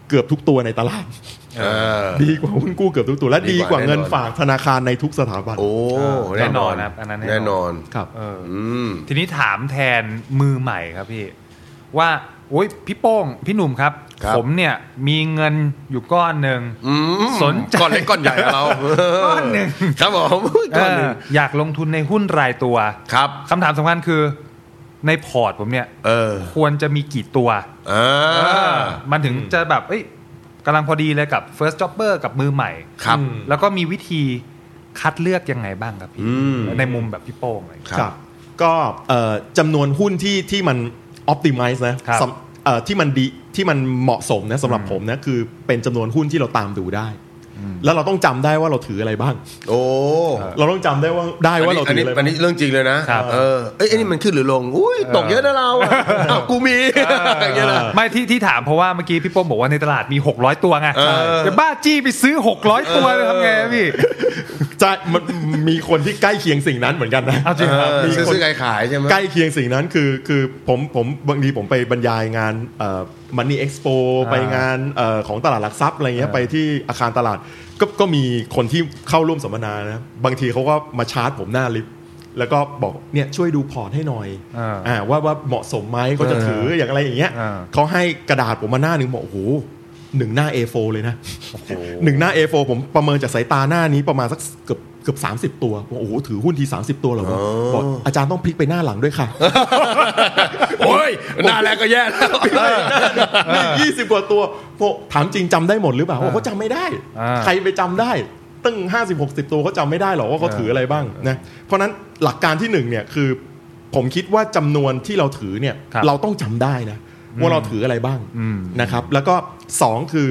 Speaker 4: เกือบทุกตัวในตลาด
Speaker 3: เออ
Speaker 4: ดีกว่าหุ้นกู้เกือบทุกตัวและ
Speaker 3: ดี
Speaker 4: ดี
Speaker 3: ก
Speaker 4: ก
Speaker 3: ว่า
Speaker 4: ว่าเงิน
Speaker 3: แน่นอน
Speaker 4: ฝากธนาคารในทุกสถาบัน
Speaker 3: โอ้
Speaker 2: แน่นอนครับอันนั้นแน่นอน
Speaker 3: แน่นอน
Speaker 4: ครับ
Speaker 2: เออ
Speaker 3: อืม
Speaker 2: ทีนี้ถามแทนมือใหม่ครับพี่ ว่าโอ้ยพี่โป้งพี่หนุ่มครับ
Speaker 3: ครับ
Speaker 2: ผมเนี่ยมีเงินอยู่ก้อนหนึ่ง
Speaker 3: อืม
Speaker 2: สนใจ
Speaker 3: ก้อนเล็กก้อนใหญ่กับเรา
Speaker 2: ก้อนหนึ่ง
Speaker 3: ครับผมก้อนหนึ่ง
Speaker 2: เอออยากลงทุนในหุ้นรายตัว
Speaker 3: ครับ
Speaker 2: คำถามสำคัญคือในพอร์ตผมเนี่ย
Speaker 3: เออ
Speaker 2: ควรจะมีกี่ตัว
Speaker 3: เอ
Speaker 2: เอ
Speaker 3: อ
Speaker 2: อมันถึงจะแบบเอ้ยกำลังพอดีเลยกับ first jobber กับมือใหม่
Speaker 3: ครับ
Speaker 2: อืมแล้วก็มีวิธีคัดเลือกยังไงบ้างครับพี่
Speaker 3: อืม
Speaker 2: ในมุมแบบพี่โป้งอะไรอย่างเงี้ย
Speaker 3: ครับ
Speaker 4: ครับก็เอ่อจำนวนหุ้นที่ที่มันออ t ติมิซ์นะครับ สำเอ่อที่มันดีที่มันเหมาะสมนะสำหรับผมนะคือเป็นจำนวนหุ้นที่เราตามดูได้ แล้วเราต้องจำได้ว่าเราถืออะไรบ้าง
Speaker 3: โอ้
Speaker 4: เราต้องจำได้ว่าได้ว่าเรา
Speaker 3: อัน
Speaker 4: ถือ
Speaker 3: นี้
Speaker 4: อะไร
Speaker 3: อั
Speaker 4: บ้าน ง
Speaker 3: นี้เรื่องจริงเลยนะครับ เออเอ้ยอันนี้มันขึ้นหรือลงอุ้ยตกเยอะนะเราอ้าวกูมีอย่างเงี้ยนะ
Speaker 2: ไม่ที่ที่ถามเพราะว่าเมื่อกี้พี่โป้งบอกว่าในตลาดมี 600 ตัวไง
Speaker 3: เออ
Speaker 2: จะบ้าจี้ไปซื้อ 600 ตัวเลยทำไงอะพี่
Speaker 4: ใช่มันมีคนที่ใกล้เคียงสิ่งนั้นเหมือนกันนะ
Speaker 2: เอาจริง
Speaker 3: เอ
Speaker 2: ครับ
Speaker 3: อ
Speaker 4: มี
Speaker 3: ซื้อ
Speaker 4: คน
Speaker 3: ซื้อขายขายใช่ไหม
Speaker 4: ใกล้เคียงสิ่งนั้นคือคือผมผมบางทีผมไปบรรยายงานมันนี่เอ็กซ์โปไปงานเอ่อของตลาดหลักทรัพย์อะไรเงี้ย
Speaker 2: อ่า
Speaker 4: ไปที่อาคารตลาดก็ก็มีคนที่เข้าร่วมสัมมนานะบางทีเขาก็มาชาร์จผมหน้าลิฟต์แล้วก็บอกเนี่ยช่วยดูพอร์ตให้หน่อย
Speaker 2: อ่า
Speaker 4: อ่าว่าว่าเหมาะสมไหมเขาจะถืออย่างอะไรอย่างเงี้ย
Speaker 2: อ่า
Speaker 4: เขาให้กระดาษผมมาหน้าหนึ่งบอกโอ้โหหนึ่งหน้า A4 เลยนะหนึ่งหน้า A4 ผมประเมินจากสายตาหน้านี้ประมาณสักเกือบเกือบสามสิบตัวบอกโอ้โหถือหุ้นทีสามสิบตัวเหรอวะ
Speaker 3: อ๋อ
Speaker 4: บอกอาจารย์ต้องพลิกไปหน้าหลังด้วยค่ะ
Speaker 3: โอ้ยหน้าแรกก็แย่แล้ว
Speaker 4: ยี่สิบกว่าตัวพวกถามจริงจำได้หมดหรือเปล่าเขาจำไม่ได้
Speaker 2: อ่า
Speaker 4: ใครไปจำได้ ตั้ง 50 60 ตัวเขาจำไม่ได้หรอกว่าเขาถืออะไรบ้างนะเพราะฉะนั้นหลักการที่หนึ่งเนี่ยคือ ผมคิดว่าจำนวนที่เราถือเนี่ย
Speaker 2: ครับ
Speaker 4: เราต้องจำได้นะว่าเราถืออะไรบ้าง
Speaker 2: อืม
Speaker 4: นะครับ แล้วก็สองคือ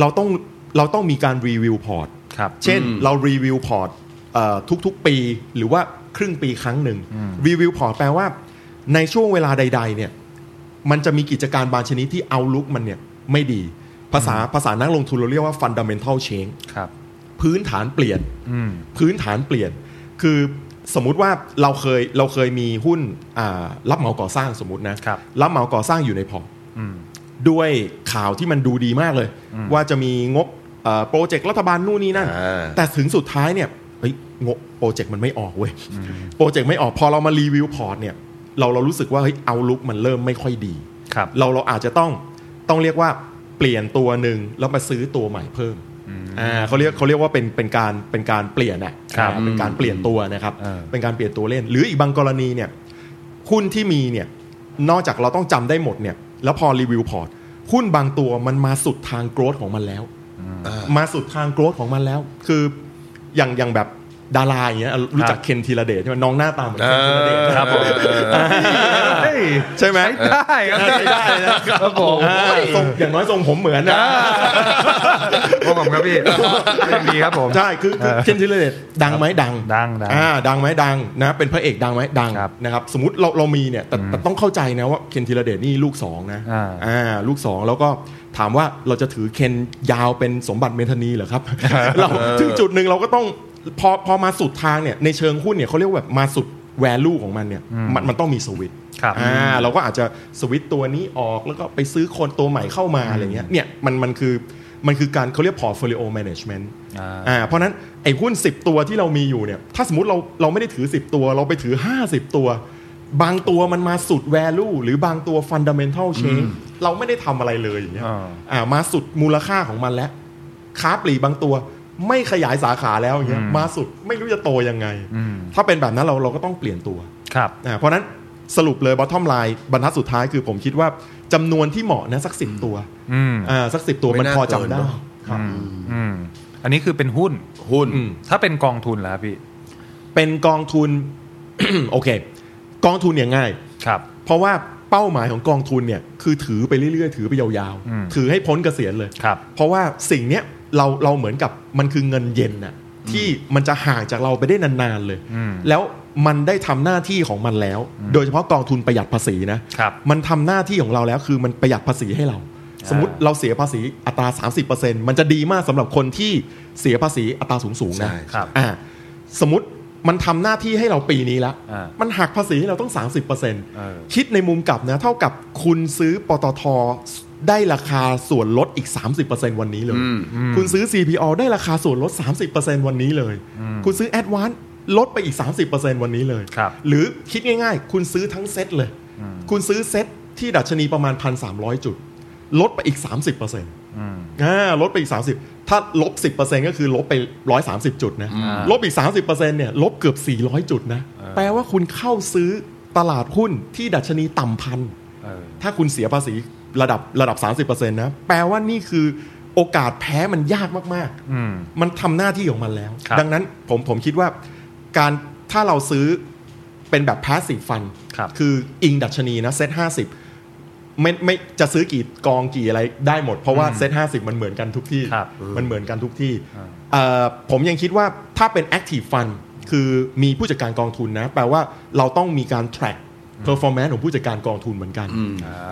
Speaker 4: เราต้องเราต้องมีการรีวิวพอร์ต
Speaker 2: ครับ
Speaker 4: เช่นเรารีวิวพอร์ตเอ่อทุกๆ ปีหรือว่าครึ่งปีครั้งหนึ่งรีวิวพอร์ตแปลว่า ในช่วงเวลาใด ๆ เนี่ย มันจะมีกิจการบางชนิดที่เอาลุกมันเนี่ย ไม่ดี ภาษาภาษานักลงทุนเราเรียกว่า fundamental change
Speaker 2: ครับ
Speaker 4: พื้นฐานเปลี่ยน
Speaker 2: อืม
Speaker 4: พื้นฐานเปลี่ยน คือ สมมุติว่าเราเคยเราเคยมีหุ้นอ่ารับเหมาก่อสร้างสมมตินะครับ รับเหมาก่อสร้างอยู่ในพอร์ต
Speaker 2: อืม
Speaker 4: ด้วยข่าวที่มันดูดีมากเลย ว่าจะมีงบเอ่อโปรเจกต์รัฐบาลนู่นนี่นั่น
Speaker 3: อ่า
Speaker 4: แต่ถึงสุดท้ายเนี่ยเฮ้ยงบโปรเจกต์มันไม่ออกเว้ยโปรเจกต์ไม่ออกพอเรามารีวิวพอร์ตเนี่ยเราเรารู้สึกว่าเฮ้ยเอาลุกมันเริ่มไม่ค่อยดี
Speaker 2: ครับ
Speaker 4: เราเราอาจจะต้องต้องเรียกว่าเปลี่ยนตัวหนึ่งแล้วมาซื้อตัวใหม่เพิ่มอ่าเขาเรียกเขาเรียกว่าเป็นเป็นการเป็นการเปลี่ยนอ่ะ
Speaker 2: ครับ
Speaker 4: อ่าเป็นการเปลี่ยนตัวนะครับ
Speaker 2: เออ
Speaker 4: เป็นการเปลี่ยนตัวเล่น หรืออีกบางกรณีเนี่ยหุ้นที่มีเนี่ยนอกจากเราต้องจำได้หมดเนี่ยแล้วพอรีวิวพอร์ตหุ้นบางตัวมันมาสุดทางโกรธของมันแล้ว มาสุดทางโกรธของมันแล้ว คืออย่างอย่างแบบดาราอย่างเงี้ยรู้จักเคนธีรเดชใช่ไหมน้องหน้าตาเหมือนเคนธีรเดช
Speaker 3: เออ
Speaker 4: นะครับผม
Speaker 3: เออ
Speaker 2: เฮ้ย
Speaker 4: ใช่ไหม
Speaker 2: ได้ครับได้นะครับผม
Speaker 4: อ่าทรงอย่างน้อยทรงผมเหมือนนะ
Speaker 2: ครับผมครับพี่ดีครับผม
Speaker 4: ใช่คือคือเคนธีรเดชดังไหมดัง
Speaker 2: ดังดัง
Speaker 4: อ่าดังไหมดังนะเป็นพระเอกดังไหมดัง
Speaker 2: ครับ
Speaker 4: นะครับสมมติเราเรามีเนี่ยแต่แต่ต้องเข้าใจนะว่าเคนธีรเดชนี่ลูกสองนะ
Speaker 2: อ่า
Speaker 4: อ่าลูกสองแล้วก็ถามว่าเราจะถือเคนยาวเป็นสมบัติเมธานีเหรอ
Speaker 2: [laughs]
Speaker 4: ครับ เราถึงจุดหนึ่งเราก็ต้องพอพอมาสุดทางเนี่ยในเชิงหุ้นเนี่ยเขาเรียกว่าแบบมาสุดแวลูของมันเนี่ยมันมันต้องมีสวิตช์
Speaker 2: ครับ
Speaker 4: อ่า อ่าเราก็อาจจะสวิตช์ตัวนี้ออกแล้วก็ไปซื้อคนตัวใหม่เข้ามาอะไรเงี้ยเนี่ยมันมันคือมันคือการเขาเรียก portfolio management
Speaker 2: อ่า
Speaker 4: อ่าเพราะฉะนั้นไอ้หุ้น 10 ตัวที่เรามีอยู่เนี่ยถ้าสมมติเราเราไม่ได้ถือ 10 ตัว เราไปถือ 50 ตัว บางตัวมันมาสุด value หรือบางตัว fundamental change เราไม่ได้ทำอะไรเลยอย่างเงี้ย
Speaker 2: อ่า
Speaker 4: อ่ามาสุดมูลค่าของมันแล้ว ค้าปลีกบางตัวไม่ขยายสาขาแล้วอย่างเงี้ยมาสุดไม่รู้จะโตยังไง ถ้าเป็นแบบนั้นเราเราก็ต้องเปลี่ยนตัว
Speaker 2: ครับ
Speaker 4: อ่าเพราะฉะนั้นสรุปเลย bottom line บรรทัดสุดท้ายคือผมคิดว่าจำนวนที่เหมาะนะสักสิบตัว
Speaker 2: อืม
Speaker 4: อ่าสักสิบตัว
Speaker 3: ไม่
Speaker 4: มัน
Speaker 3: น่า
Speaker 4: พอจำ
Speaker 3: เกิน
Speaker 4: ได้
Speaker 3: เนอะ
Speaker 4: ครับ
Speaker 2: อืมอันนี้คือเป็นหุ้น
Speaker 3: หุ้น
Speaker 4: อืม
Speaker 2: ถ้าเป็นกองทุนแล้วพี่
Speaker 4: เป็นกองทุน [coughs] โอเค กองทุนเนี่ยง่าย
Speaker 2: ครับ
Speaker 4: เพราะว่าเป้าหมายของกองทุนเนี่ยคือถือไปเรื่อยๆ ถือไปยาว
Speaker 2: อืม
Speaker 4: ๆ ถือให้พ้นเกษียณเลย
Speaker 2: ครับ
Speaker 4: เพราะว่าสิ่งเนี้ยเราเราเหมือนกับมันคือเงินเย็นน่ะที่มันจะห่างจากเราไปได้นานๆเลย
Speaker 2: อืม
Speaker 4: แล้วมันได้ทำหน้าที่ของมันแล้ว โดยเฉพาะกองทุนประหยัดภาษีนะครับมันทำหน้าที่ของเราแล้วคือมันประหยัดภาษีให้เรา
Speaker 2: า
Speaker 4: สมมติเราเสียภาษีอัตรา 30%มันจะดีมากสำหรับคนที่เสียภาษีอัตราสูงๆนะ
Speaker 3: ใช่
Speaker 2: ครับ
Speaker 4: อ่าสมมติมันทำหน้าที่ให้เราปีนี้แล้ว
Speaker 2: อ่ามั
Speaker 4: มันหักภาษีให้เราต้อง 30%อ
Speaker 2: เออ
Speaker 4: คิดในมุมกลับนะ เท่ากับคุณซื้อปตทได้ราคาส่วนลดอีก 30%วันนี้เลย คุณซื้อ CPO ได้ราคาส่วนลด 30%วันนี้เลย คุณซื้อ a d v a n c e ลดไปอีก 30%วันนี้เลย
Speaker 2: ครับ
Speaker 4: หรือคิดง่ายๆ คุณซื้อทั้งเซ็ตเลย คุณซื้อเซ็ตที่ดัชนีประมาณ 1,300 จุด ลดไปอีก 30%
Speaker 2: ม
Speaker 4: อ่าลดไปอีก 30 ถ้าลบ 10%ก็คือลบไป 130 จุดนะ ลบอีก 30%เนี่ยลบเกือบ 400 จุดนะ แปลว่าคุณเข้าซื้อตลาดหุ้นที่ดัชนีต่ำพัน
Speaker 2: เออ
Speaker 4: ถ้าคุณเสียภาษีระดับระดับ 30%นะ แปลว่านี่คือโอกาสแพ้มันยากมาก
Speaker 2: อืม
Speaker 4: ๆ มันทำหน้าที่ของมันแล้ว
Speaker 2: ครับ
Speaker 4: ดังนั้นผมผมคิดว่าการถ้าเราซื้อเป็นแบบ passive fund
Speaker 2: ครับ
Speaker 4: คืออิงดัชนีนะเซ็ตห้าสิบไม่ไม่จะซื้อกี่กองกี่อะไรได้หมด เพราะว่าเซ็ตห้าสิบมันเหมือนกันทุกที่
Speaker 2: ครับ
Speaker 4: มันเหมือนกันทุกที่เอ่อผมยังคิดว่าถ้าเป็น active fund คือมีผู้จัดการกองทุนนะ แปลว่าเราต้องมีการ track performance ของผู้จัดการกองทุนเหมือนกัน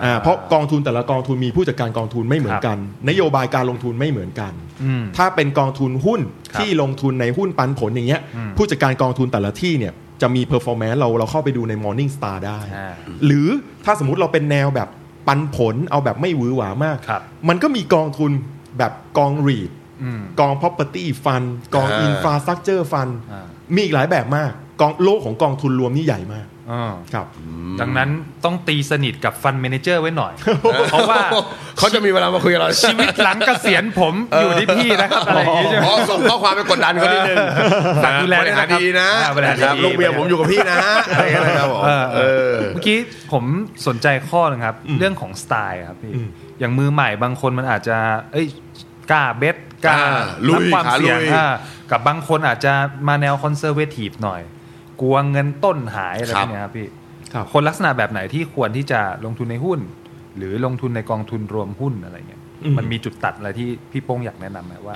Speaker 4: อ่าเพราะกองทุนแต่ละกองทุนมีผู้จัดการกองทุนไม่เหมือนกัน นโยบายการลงทุนไม่เหมือนกัน
Speaker 2: อืม
Speaker 4: ถ้าเป็นกองทุนหุ้น
Speaker 2: ครับ
Speaker 4: ที่ลงทุนในหุ้นปันผลอย่างเงี้ยผู้จัดการกองทุนแต่ละที่เนี่ยจะมี performance เราเราเข้าไปดูใน Morning Star ได้
Speaker 2: อ่า
Speaker 4: หรือถ้าสมมติเราเป็นแนวแบบปันผลเอาแบบไม่หวือหวามาก
Speaker 2: ครับ
Speaker 4: มันก็มีกองทุนแบบกอง r e ีด
Speaker 2: อืม
Speaker 4: กอง property fund กอง
Speaker 3: อ่า
Speaker 4: infrastructure fund
Speaker 2: อ่า
Speaker 4: มีอีกหลายแบบมากกองโลกของกองทุนรวมนี่ใหญ่มาก
Speaker 2: อ่า
Speaker 4: ครับ
Speaker 2: ดังนั้นต้องตีสนิทกับฟันเมเนเจอร์ไว้ห
Speaker 4: [laughs]
Speaker 2: น่อย เพราะว่า
Speaker 3: เขาจะมีเวลามาคุยกับเรา
Speaker 2: ชีวิตหลังเกษียณผมอยู่ที่พี่นะครับอะไรอย่างงี้ใช่ไหม
Speaker 3: อ๋อส่งข้อความไปกดดันเขานิดนึง
Speaker 2: ฝากดูแล
Speaker 3: บ
Speaker 2: ด้
Speaker 3: ริ
Speaker 2: วย
Speaker 3: หาร
Speaker 2: นะครับ
Speaker 3: ดีๆนะ
Speaker 2: อ่าบริหารดีๆ
Speaker 3: คบลูกเมียผมอยู่กับพี่นะอะไรอย่างเงี้ยนะครับผม
Speaker 2: เออ
Speaker 3: เออ
Speaker 2: เมื่อกี้ผมสนใจข้อหนึงครับ เรื่องของสไตล์ครับพี่
Speaker 4: อืม
Speaker 2: อย่างมือใหม่บางคนมันอาจจะ เอ้ยกล้าเบ็ดกล้า
Speaker 3: อ่าลุย
Speaker 2: รับความ
Speaker 3: ขาลุย
Speaker 2: เสี่ยงอ่ากับบางคนอาจจะมาแนวคอนเซอร์เวทีฟหน่อย กลัวเงินต้นหายอะไรพวกเนี้ยครับพี่
Speaker 4: ครับ
Speaker 2: คนลักษณะแบบไหนที่ควรที่จะลงทุนในหุ้น หรือลงทุนในกองทุนรวมหุ้นอะไรเงี้ย
Speaker 4: อืม
Speaker 2: มันมีจุดตัดอะไรที่พี่โป้งอยากแนะนำไหมว่า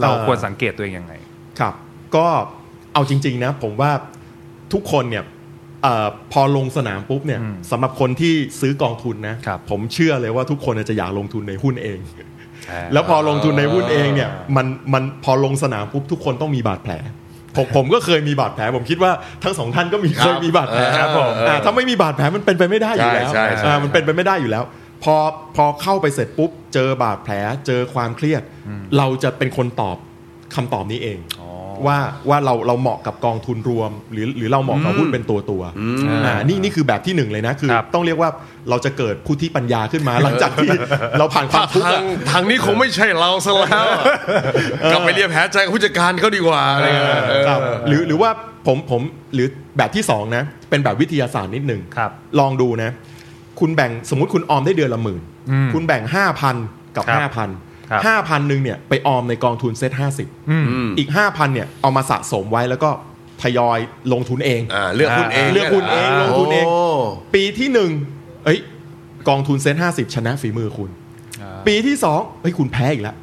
Speaker 2: เรา
Speaker 4: เอ่อ
Speaker 2: ควรสังเกตตัวเองยังไง
Speaker 4: ครับ ก็เอาจริง ๆ นะ ผมว่าทุกคนเนี่ยเออพอลงสนามปุ๊บเนี่ย
Speaker 2: อืม
Speaker 4: สำหรับคนที่ซื้อกองทุนนะครับ ผมเชื่อเลยว่าทุกคนจะอยากลงทุนในหุ้นเอง แล้วพอลงทุนในหุ้นเองเนี่ยมันมันพอลงสนามปุ๊บทุกคนต้องมีบาดแผล ผมผมก็เคยมีบาดแผล ผมคิดว่าทั้งสองท่านก็มี
Speaker 3: ครับ
Speaker 4: เคยมีบาดแผล
Speaker 3: ครับผม
Speaker 4: อ่าถ้าไม่มีบาดแผลมันเป็นไปไม่ได้อยู่แล้ว
Speaker 3: ใช่ใช่ใช่
Speaker 4: อ่ามันเป็นไปไม่ได้อยู่แล้ว พอพอเข้าไปเสร็จปุ๊บ เจอบาดแผลเจอความเครียด เราจะเป็นคนตอบคำตอบนี้เอง ว่าว่าเราเราเหมาะกับกองทุนรวม หรือหรือเราเหมาะกับหุ้นเป็นตัวตัวอ่านี่นี่คือแบบที่หนึ่งเลยนะคือ
Speaker 2: ครับ
Speaker 4: ต้องเรียกว่าเราจะเกิดผู้ที่ปัญญาขึ้นมา หลังจากที่เราผ่านความทุกข์
Speaker 3: ทาง
Speaker 4: อะ
Speaker 3: ทางนี้คงไม่ใช่เราซะแล้วอะกลับไปเรียนแผลใจกับผู้จัดการเขาดีกว่าอะไรเงี้ยเออ
Speaker 4: ครับหรือหรือว่าผมผมหรือแบบที่ 2 นะ เป็นแบบวิทยาศาสตร์นิดหนึ่ง
Speaker 2: ครับ
Speaker 4: ลองดูนะ คุณแบ่งสมมติคุณออมได้เดือนละหมื่น
Speaker 2: อืม
Speaker 4: คุณแบ่ง 5,000 กับ
Speaker 2: ครับครับ
Speaker 4: 5,000 5,000หนึ่งเนี่ยไปออมในกองทุนเซ็ต50
Speaker 2: อืม
Speaker 4: อีก 5,000เนี่ยเอามาสะสมไว้แล้วก็ทยอยลงทุนเอง
Speaker 3: อ่าเลือกหุ้นเอง
Speaker 4: เลือกหุ้นเองลงทุนเอง
Speaker 3: โ
Speaker 4: ปีที่ 1 เอ้ยกองทุนเซ็ต50 ชนะฝีมือคุณ
Speaker 2: อ่า
Speaker 4: ปีที่2เฮ้ยคุณแพ้อีกแล้ว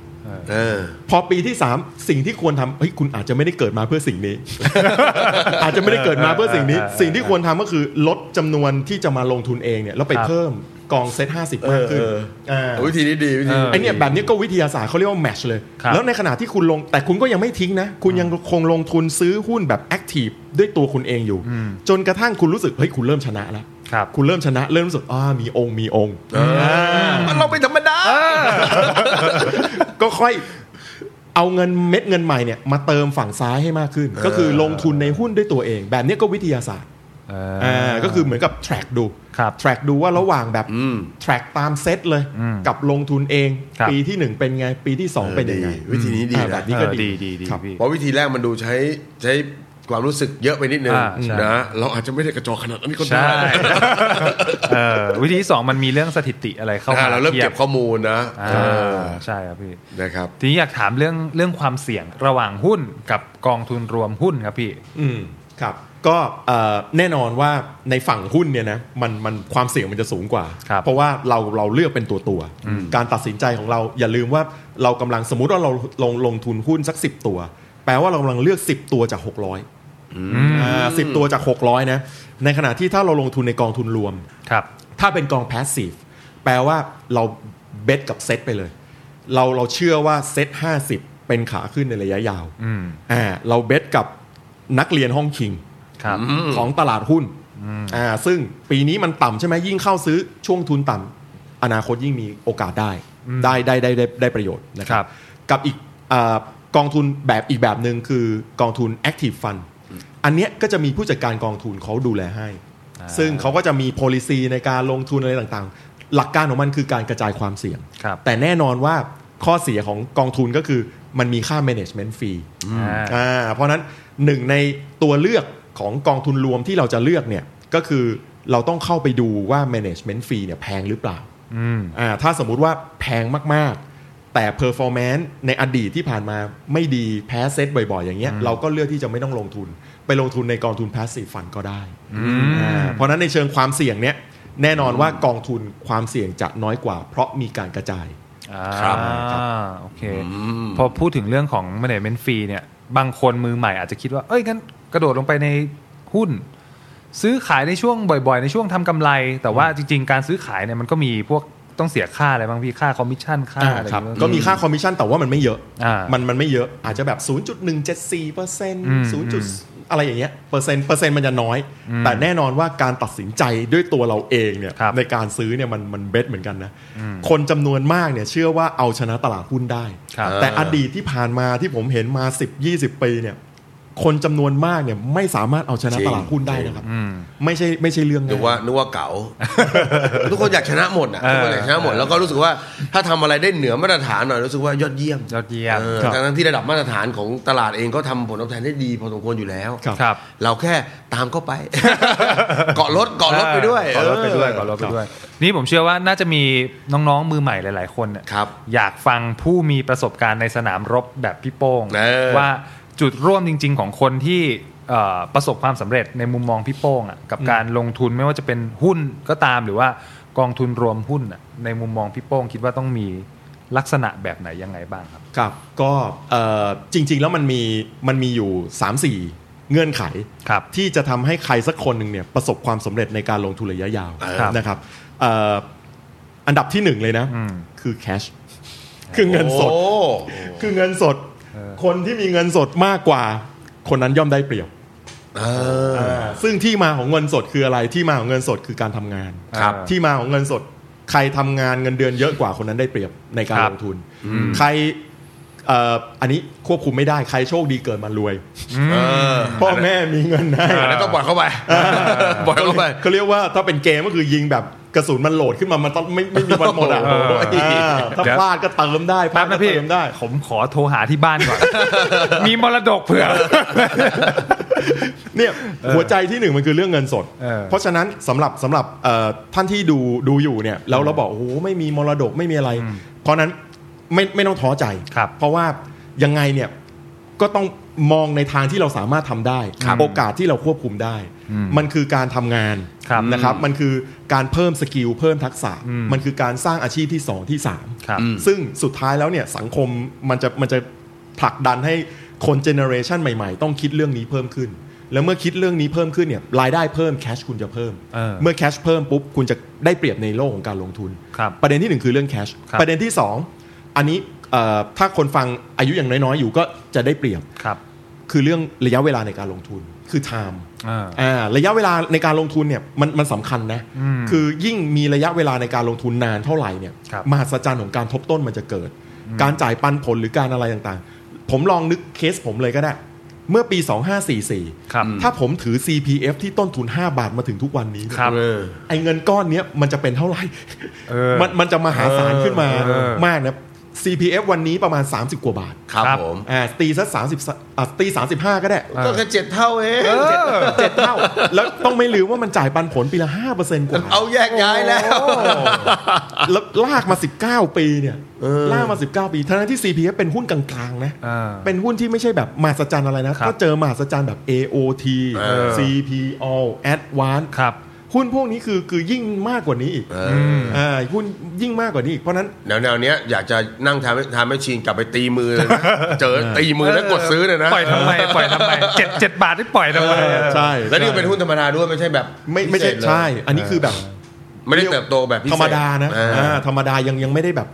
Speaker 3: เออ
Speaker 4: พอปีที่ 3 สิ่งที่ควรทำเฮ้ยคุณอาจจะไม่ได้เกิดมาเพื่อสิ่งนี้ [laughs] อาจจะไม่ได้เกิดมาเพื่อสิ่งนี้
Speaker 2: เออเออ
Speaker 4: สิ่งที่ควรทำก็คือลดจำนวนที่จะมาลงทุนเองเนี่ยแล้วไป
Speaker 2: ครับ
Speaker 4: เพิ่มกองเซ็ตห้าสิบมากขึ้น
Speaker 3: เออ
Speaker 4: อ่า
Speaker 3: วิธีนี้ดีวิธี
Speaker 2: เออ
Speaker 4: ไอเนี่ยแบบนี้ก็วิทยาศาสตร์เขาเรียกว่าแมชเลย
Speaker 2: ครับ
Speaker 4: แล้วในขณะที่คุณลงแต่คุณก็ยังไม่ทิ้งนะ คุณยังคงลงทุนซื้อหุ้นแบบแอคทีฟด้วยตัวคุณเองอยู่ จนกระทั่งคุณรู้สึกเฮ้ยคุณเริ่มชนะแล้ว
Speaker 2: ครับ
Speaker 4: คุณเริ่มชนะเริ่มรู้สึกอ่ามีองค์มีองค์
Speaker 3: มันเราไปธรรมดา
Speaker 4: ก็ค่อยเอาเงินเม็ดเงินใหม่เนี่ยมาเติมฝั่งซ้ายให้มากขึ้น ก็คือลงทุนในหุ้นด้วยตัวเอง แบบนี้ก็วิทยาศาสตร์ อ่าก็คือเหมือนกับ track ดู
Speaker 2: ครับ
Speaker 4: track ดูว่าระหว่างแบบ
Speaker 3: อืม
Speaker 4: track ตามเซตเลย
Speaker 2: อืม
Speaker 4: กับลงทุนเอง
Speaker 2: ครับ
Speaker 4: ปีที่หนึ่งเป็นไง ปีที่สองเป็นยังไง
Speaker 3: ดีวิธีนี้ดี
Speaker 4: อ่าแบ
Speaker 3: นะ
Speaker 4: บนี้ก็
Speaker 2: เออ
Speaker 4: ดี
Speaker 2: ดีดี
Speaker 4: ครับ
Speaker 2: พี่
Speaker 3: เพราะวิธีแรกมันดูใช้ใช้ความรู้สึกเยอะไปนิดนึง
Speaker 2: อ่าใช่
Speaker 3: นะเราอาจจะไม่ได้กระจอกขนาดนั้นก็ได้
Speaker 2: ใช่ [laughs] เออวิธีที่สองมันมีเรื่องสถิติอะไรเข้า
Speaker 3: อ่า
Speaker 2: มา
Speaker 3: เราเริ่มเก็บข้อมูลนะ
Speaker 2: อ่า
Speaker 3: เออ
Speaker 2: ใช่ครับพี่
Speaker 3: นะครับ
Speaker 2: ทีนี้อยากถามเรื่องเรื่องความเสี่ยงระหว่างหุ้นกับกองทุนรวมหุ้นครับพี่
Speaker 4: อืมครับก็เอ่อแน่นอนว่าในฝั่งหุ้นเนี่ยนะมันมันความเสี่ยงมันจะสูงกว่า
Speaker 2: ครับ
Speaker 4: เพราะว่าเราเราเลือกเป็นตัวตัว การตัดสินใจของเราอย่าลืมว่าเรากำลังสมมุติว่าเราลงลงทุนหุ้นสัก 10 ตัว แปลว่าเรากำลังเลือก 10 ตัวจาก 600อ่าสิบตัวจาก 600นะในขณะที่ถ้าเราลงทุนในกองทุนรวม
Speaker 2: ครับ
Speaker 4: ถ้าเป็นกอง passive แปลว่าเราเบสกับเซตไปเลย เราเราเชื่อว่าเซต50 เป็นขาขึ้นในระยะยาว
Speaker 2: อืม
Speaker 4: อ่าเราเบสกับนักเรียนห้องคิง
Speaker 2: ครับ
Speaker 4: ของตลาดหุ้นอ่าซึ่งปีนี้มันต่ำใช่ไหมยิ่งเข้าซื้อช่วงทุนต่ำอนาคตยิ่งมีโอกาสได้ ได้ได้ได้ได้ได้ประโยชน์นะค
Speaker 2: ครั
Speaker 4: รับ
Speaker 2: บ
Speaker 4: กับอีกอากองทุนแบบอีกแบบหนึ่งคือกองทุน Active Fund อันเนี้ยก็จะมีผู้จัดการกองทุนเขาดูแลให้ ซึ่งเขาก็จะมี policy ในการลงทุนอะไรต่างๆ หลักการของมันคือการกระจายความเสี่ยง
Speaker 2: ครับ
Speaker 4: แต่แน่นอนว่าข้อเสียของกองทุนก็คือมันมีค่า management fee
Speaker 2: อ่า
Speaker 4: อ่าเพราะฉะนั้นหนึ่งในตัวเลือกของกองทุนรวมที่เราจะเลือกเนี่ยก็คือเราต้องเข้าไปดูว่า management fee เนี่ยแพงหรือเปล่า
Speaker 2: อืม
Speaker 4: อ่าถ้าสมมุติว่าแพงมากๆ แต่ performance ในอดีตที่ผ่านมาไม่ดีแพ้เซตบ่อยๆ อย่างเงี้ยเราก็เลือกที่จะไม่ต้องลงทุน ไปลงทุนในกองทุน passive fund ก็ได้อ่าเพราะฉะนั้นในเชิงความเสี่ยงเนี่ยแน่นอนว่ากองทุนความเสี่ยงจะน้อยกว่า เพราะมีการกระจาย
Speaker 3: ครับ
Speaker 2: อ่าโอเค พอพูดถึงเรื่องของ management fee เนี่ย บางคนมือใหม่อาจจะคิดว่า เอ้ยงั้นกระโดดลงไปในหุ้น ซื้อขายในช่วงบ่อยๆ ในช่วงทำกำไร แต่ว่าจริง ๆ การซื้อขายเนี่ยมันก็มีพวกต้องเสียค่าอะไรบางพี่ค่าคอมมิชชั่นค่า
Speaker 4: อ่า
Speaker 2: อะไร
Speaker 4: ครับ
Speaker 2: เงี้ย
Speaker 4: ก็มีค่าคอมมิชชั่นแต่ว่ามันไม่เยอะ
Speaker 2: อ่ามั
Speaker 4: มันมันไม่เยอะอาจจะแบบ 0.174เปอร์เซ็นต์
Speaker 2: อืม
Speaker 4: ศูนย์จุดอะไรอย่างเงี้ยเปอร์เซ็นต์เปอร์เซ็นต์มันจะน้อย แต่แน่นอนว่าการตัดสินใจด้วยตัวเราเองเนี่ย
Speaker 2: ครับ
Speaker 4: ในการซื้อเนี่ยมันมันเบสเหมือนกันนะ คนจำนวนมากเนี่ยเชื่อว่าเอาชนะตลาดหุ้นได้
Speaker 2: ครับ
Speaker 4: แต่อดีตที่ผ่านมาที่ผมเห็นมา 10-20 ปีเนี่ยคนจำนวนมากเนี่ยไม่สามารถเอาชนะ
Speaker 3: จริง
Speaker 4: ตลาดหุ้นได้นะครับไม่ใช่ไม่ใช่เรื่อง
Speaker 3: นึ
Speaker 4: ง่าก ย
Speaker 3: ว่านึกว่าเก๋า [laughs] ทุกคนอยากชนะหมดอ่ะทุกคนอยากชนะหมดแล้วก็รู้สึกว่าถ้าทำอะไรได้เหนือมาตรฐานหน่อยรู้สึกว่ายอดเยี่ยม
Speaker 2: ยอดเยี่ยม
Speaker 3: เออ
Speaker 4: ครับ
Speaker 3: ทั้งๆที่ระดับมาตรฐานของตลาดเองก็ทำผลตอบแทนได้ดีพอสมควรอยู่แล้ว
Speaker 4: ครับ
Speaker 2: ครับ
Speaker 3: เราแค่ตามเข้าไป เกาะรถเกาะรถไปด้วย
Speaker 2: เออขอรถไปด้วยขอรถไปด้วย นี่ผมเชื่อว่าน่าจะมีน้องๆมือใหม่หลาย ๆ คนเนี่ย
Speaker 3: ครับ
Speaker 2: อยากฟังผู้มีประสบการณ์ในสนามรบแบบพี่โป้ง
Speaker 3: เออ
Speaker 2: ว่าจุดร่วมจริง ๆ ของคนที่เอ่อประสบความสำเร็จในมุมมองพี่โป้งอ่ะกับการลงทุนไม่ว่าจะเป็นหุ้นก็ตามหรือว่ากองทุนรวมหุ้นอ่ะในมุมมองพี่โป้งคิดว่าต้องมีลักษณะแบบไหนยังไงบ้างครับ
Speaker 4: ครับก็เอ่อจริง ๆ แล้วมันมีมันมีอยู่ 3 4 เงื่อนไข
Speaker 2: ครับ
Speaker 4: ที่จะทำให้ใครสักคนหนึ่งเนี่ยประสบความสำเร็จในการลงทุนระยะยาว
Speaker 2: ครับ
Speaker 4: นะครับเอ่ออันดับที่หนึ่งเลยนะ
Speaker 2: อืม
Speaker 4: คือแคชคือเงินสด
Speaker 3: โอ้
Speaker 4: คือเงินสด คนที่มีเงินสดมากกว่า คนนั้นย่อมได้เปรียบซึ่งที่มาของเงินสดคืออะไรที่มาของเงินสดคือการทำงาน
Speaker 2: ครับ
Speaker 4: ที่มาของเงินสดใครทำงานเงินเดือนเยอะกว่าคนนั้นได้เปรียบในการ
Speaker 2: ครับ
Speaker 4: ลงทุน ใครเอ่ออันนี้ควบคุมไม่ได้ใครโชคดีเกิดมารวย
Speaker 3: เออ
Speaker 4: พ่อแม่มีเงินให้
Speaker 3: อันนั้นต้องปล่อยเข้าไปปล่อยเข้าไป
Speaker 4: [laughs] เขาเรียกว่าถ้าเป็นเกมก็คือยิงแบบกระสุนมันโหลดขึ้นมามันต้องไม่ไม่มีวันหมดอ่ะ
Speaker 2: โอ้โห
Speaker 4: อ่าถ้าพลาดก็เติมได้พลา
Speaker 2: แป๊บ
Speaker 4: ดก็
Speaker 2: นะพี่
Speaker 4: เติมได้
Speaker 2: ผมขอโทรหาที่บ้าน [laughs] ก่อน มีมรดกเผื่อ
Speaker 4: เนี่ยหัวใจที่หนึ่งมันคือเรื่องเงินสด
Speaker 2: เออ
Speaker 4: เพราะฉะนั้นสำหรับสำหรับเอ่อท่านที่ดูดูอยู่เนี่ยแล้วเราบอกโอ้โหไม่มีมรดกไม่มีอะไร เพราะฉะนั้นไม่ไม่ต้องท้อใจ
Speaker 2: ครับ
Speaker 4: เพราะว่ายังไงเนี่ยก็ต้องมองในทางที่เราสามารถทำได้
Speaker 2: ครับ
Speaker 4: โอกาสที่เราควบคุมได้ มันคือการทำงาน
Speaker 2: ครับ
Speaker 4: นะครับมันคือการเพิ่มสกิลเพิ่มทักษะ
Speaker 2: อืม
Speaker 4: มันคือการสร้างอาชีพที่สองที่สาม
Speaker 2: ครับ
Speaker 4: ซึ่งสุดท้ายแล้วเนี่ยสังคมมันจะมันจะผลักดันให้คนเจเนอเรชันใหม่ ๆ ต้องคิดเรื่องนี้เพิ่มขึ้น แล้วเมื่อคิดเรื่องนี้เพิ่มขึ้นเนี่ยรายได้เพิ่มแคชคุณจะเพิ่ม
Speaker 2: เออ
Speaker 4: เมื่อแคชเพิ่มปุ๊บคุณจะได้เปรียบในโลกของการลงทุน
Speaker 2: ครับ
Speaker 4: ประเด็นที่หนึ่งคือเรื่องแคช
Speaker 2: ครับ
Speaker 4: ประเด็นที่สองอันนี้เอ่อถ้าคนฟังอายุอย่างน้อยๆอยู่ก็จะได้เปรียบ
Speaker 2: ครับ
Speaker 4: คือเรื่องระยะเวลาในการลงทุนคือ time
Speaker 2: อ่า
Speaker 4: อ่าระยะเวลาในการลงทุนเนี่ยมันมันสำคัญนะ
Speaker 2: อืม
Speaker 4: คือยิ่งมีระยะเวลาในการลงทุนนานเท่าไหร่เนี่ย
Speaker 2: ครับ
Speaker 4: มหัศจรรย์ของการทบต้นมันจะเกิด การจ่ายปันผลหรือการอะไรต่างๆ ผมลองนึกเคสผมเลยก็ได้ เมื่อปี
Speaker 2: ครับ
Speaker 4: 2544 ถ้าผมถือ CPF ที่ต้นทุน 5 บาทมาถึงทุกวันนี้เนี่ย
Speaker 2: ครับ
Speaker 3: เออ
Speaker 4: ไอ้เงินก้อนเนี้ยมันจะเป็นเท่าไหร่
Speaker 2: เออ
Speaker 4: มันมันจะมหาศาลขึ้นมา
Speaker 2: เออ
Speaker 4: มากนะ CPF วันนี้ประมาณ 30 กว่าบาท
Speaker 3: ครับ
Speaker 2: ครับ
Speaker 3: ผม
Speaker 4: อ่าตีสักสามสิบตีสามสิบห้าก็ได้
Speaker 3: ก็แค่เจ็ดเท่าเอง
Speaker 2: เออ
Speaker 4: เจ็ดเท่า แล้วต้องไม่ลืมว่ามันจ่ายปันผลปีละห้าเปอร์เซ็นต์กว่า
Speaker 3: เอาแยกย้ายแล้ว
Speaker 4: แล้วลากมาสิบเก้าปีเนี่ย
Speaker 3: เออ
Speaker 4: ลากมาสิบเก้าปีทั้งๆที่ CPF เป็นหุ้นกลางๆนะ
Speaker 2: เออ
Speaker 4: เป็นหุ้นที่ไม่ใช่แบบมหัศจรรย์อะไรนะ
Speaker 2: ครับ
Speaker 4: ก็เจอมหัศจรรย์แบบ AOT
Speaker 3: เออ
Speaker 4: CPO Advance
Speaker 2: ครับ
Speaker 4: หุ้นพวกนี้คือคือยิ่งมากกว่านี้อีก
Speaker 3: เออ
Speaker 2: ม
Speaker 4: อ่าหุ้นยิ่งมากกว่านี้อีกเพราะฉะนั้น
Speaker 3: แนวแนวๆเนี้ยอยากจะนั่งทำทำแมชชีนกลับไปตีมือเลย
Speaker 4: [laughs]
Speaker 3: นะ เจอตีมือแล้วกดซื้อเลยนะ
Speaker 2: ปล่อยทำไม ปล่อยทำไมเจ็ดเจ็ดบาทที่ปล่อยทำไม
Speaker 4: เออใช่
Speaker 3: แล้วนี่ก็เป็นหุ้นธรรมดาด้วยไม่ใช่แบบ
Speaker 4: ไม่ไม่ใช่
Speaker 3: พิเศษเลย
Speaker 4: ใช่ อันนี้คือแบบ
Speaker 3: ไม่ได้เติบโตแบบพิเศษ
Speaker 4: ธรรมดานะ
Speaker 3: อ่
Speaker 4: อ่าธรรมดายังยังไม่ได้แบบ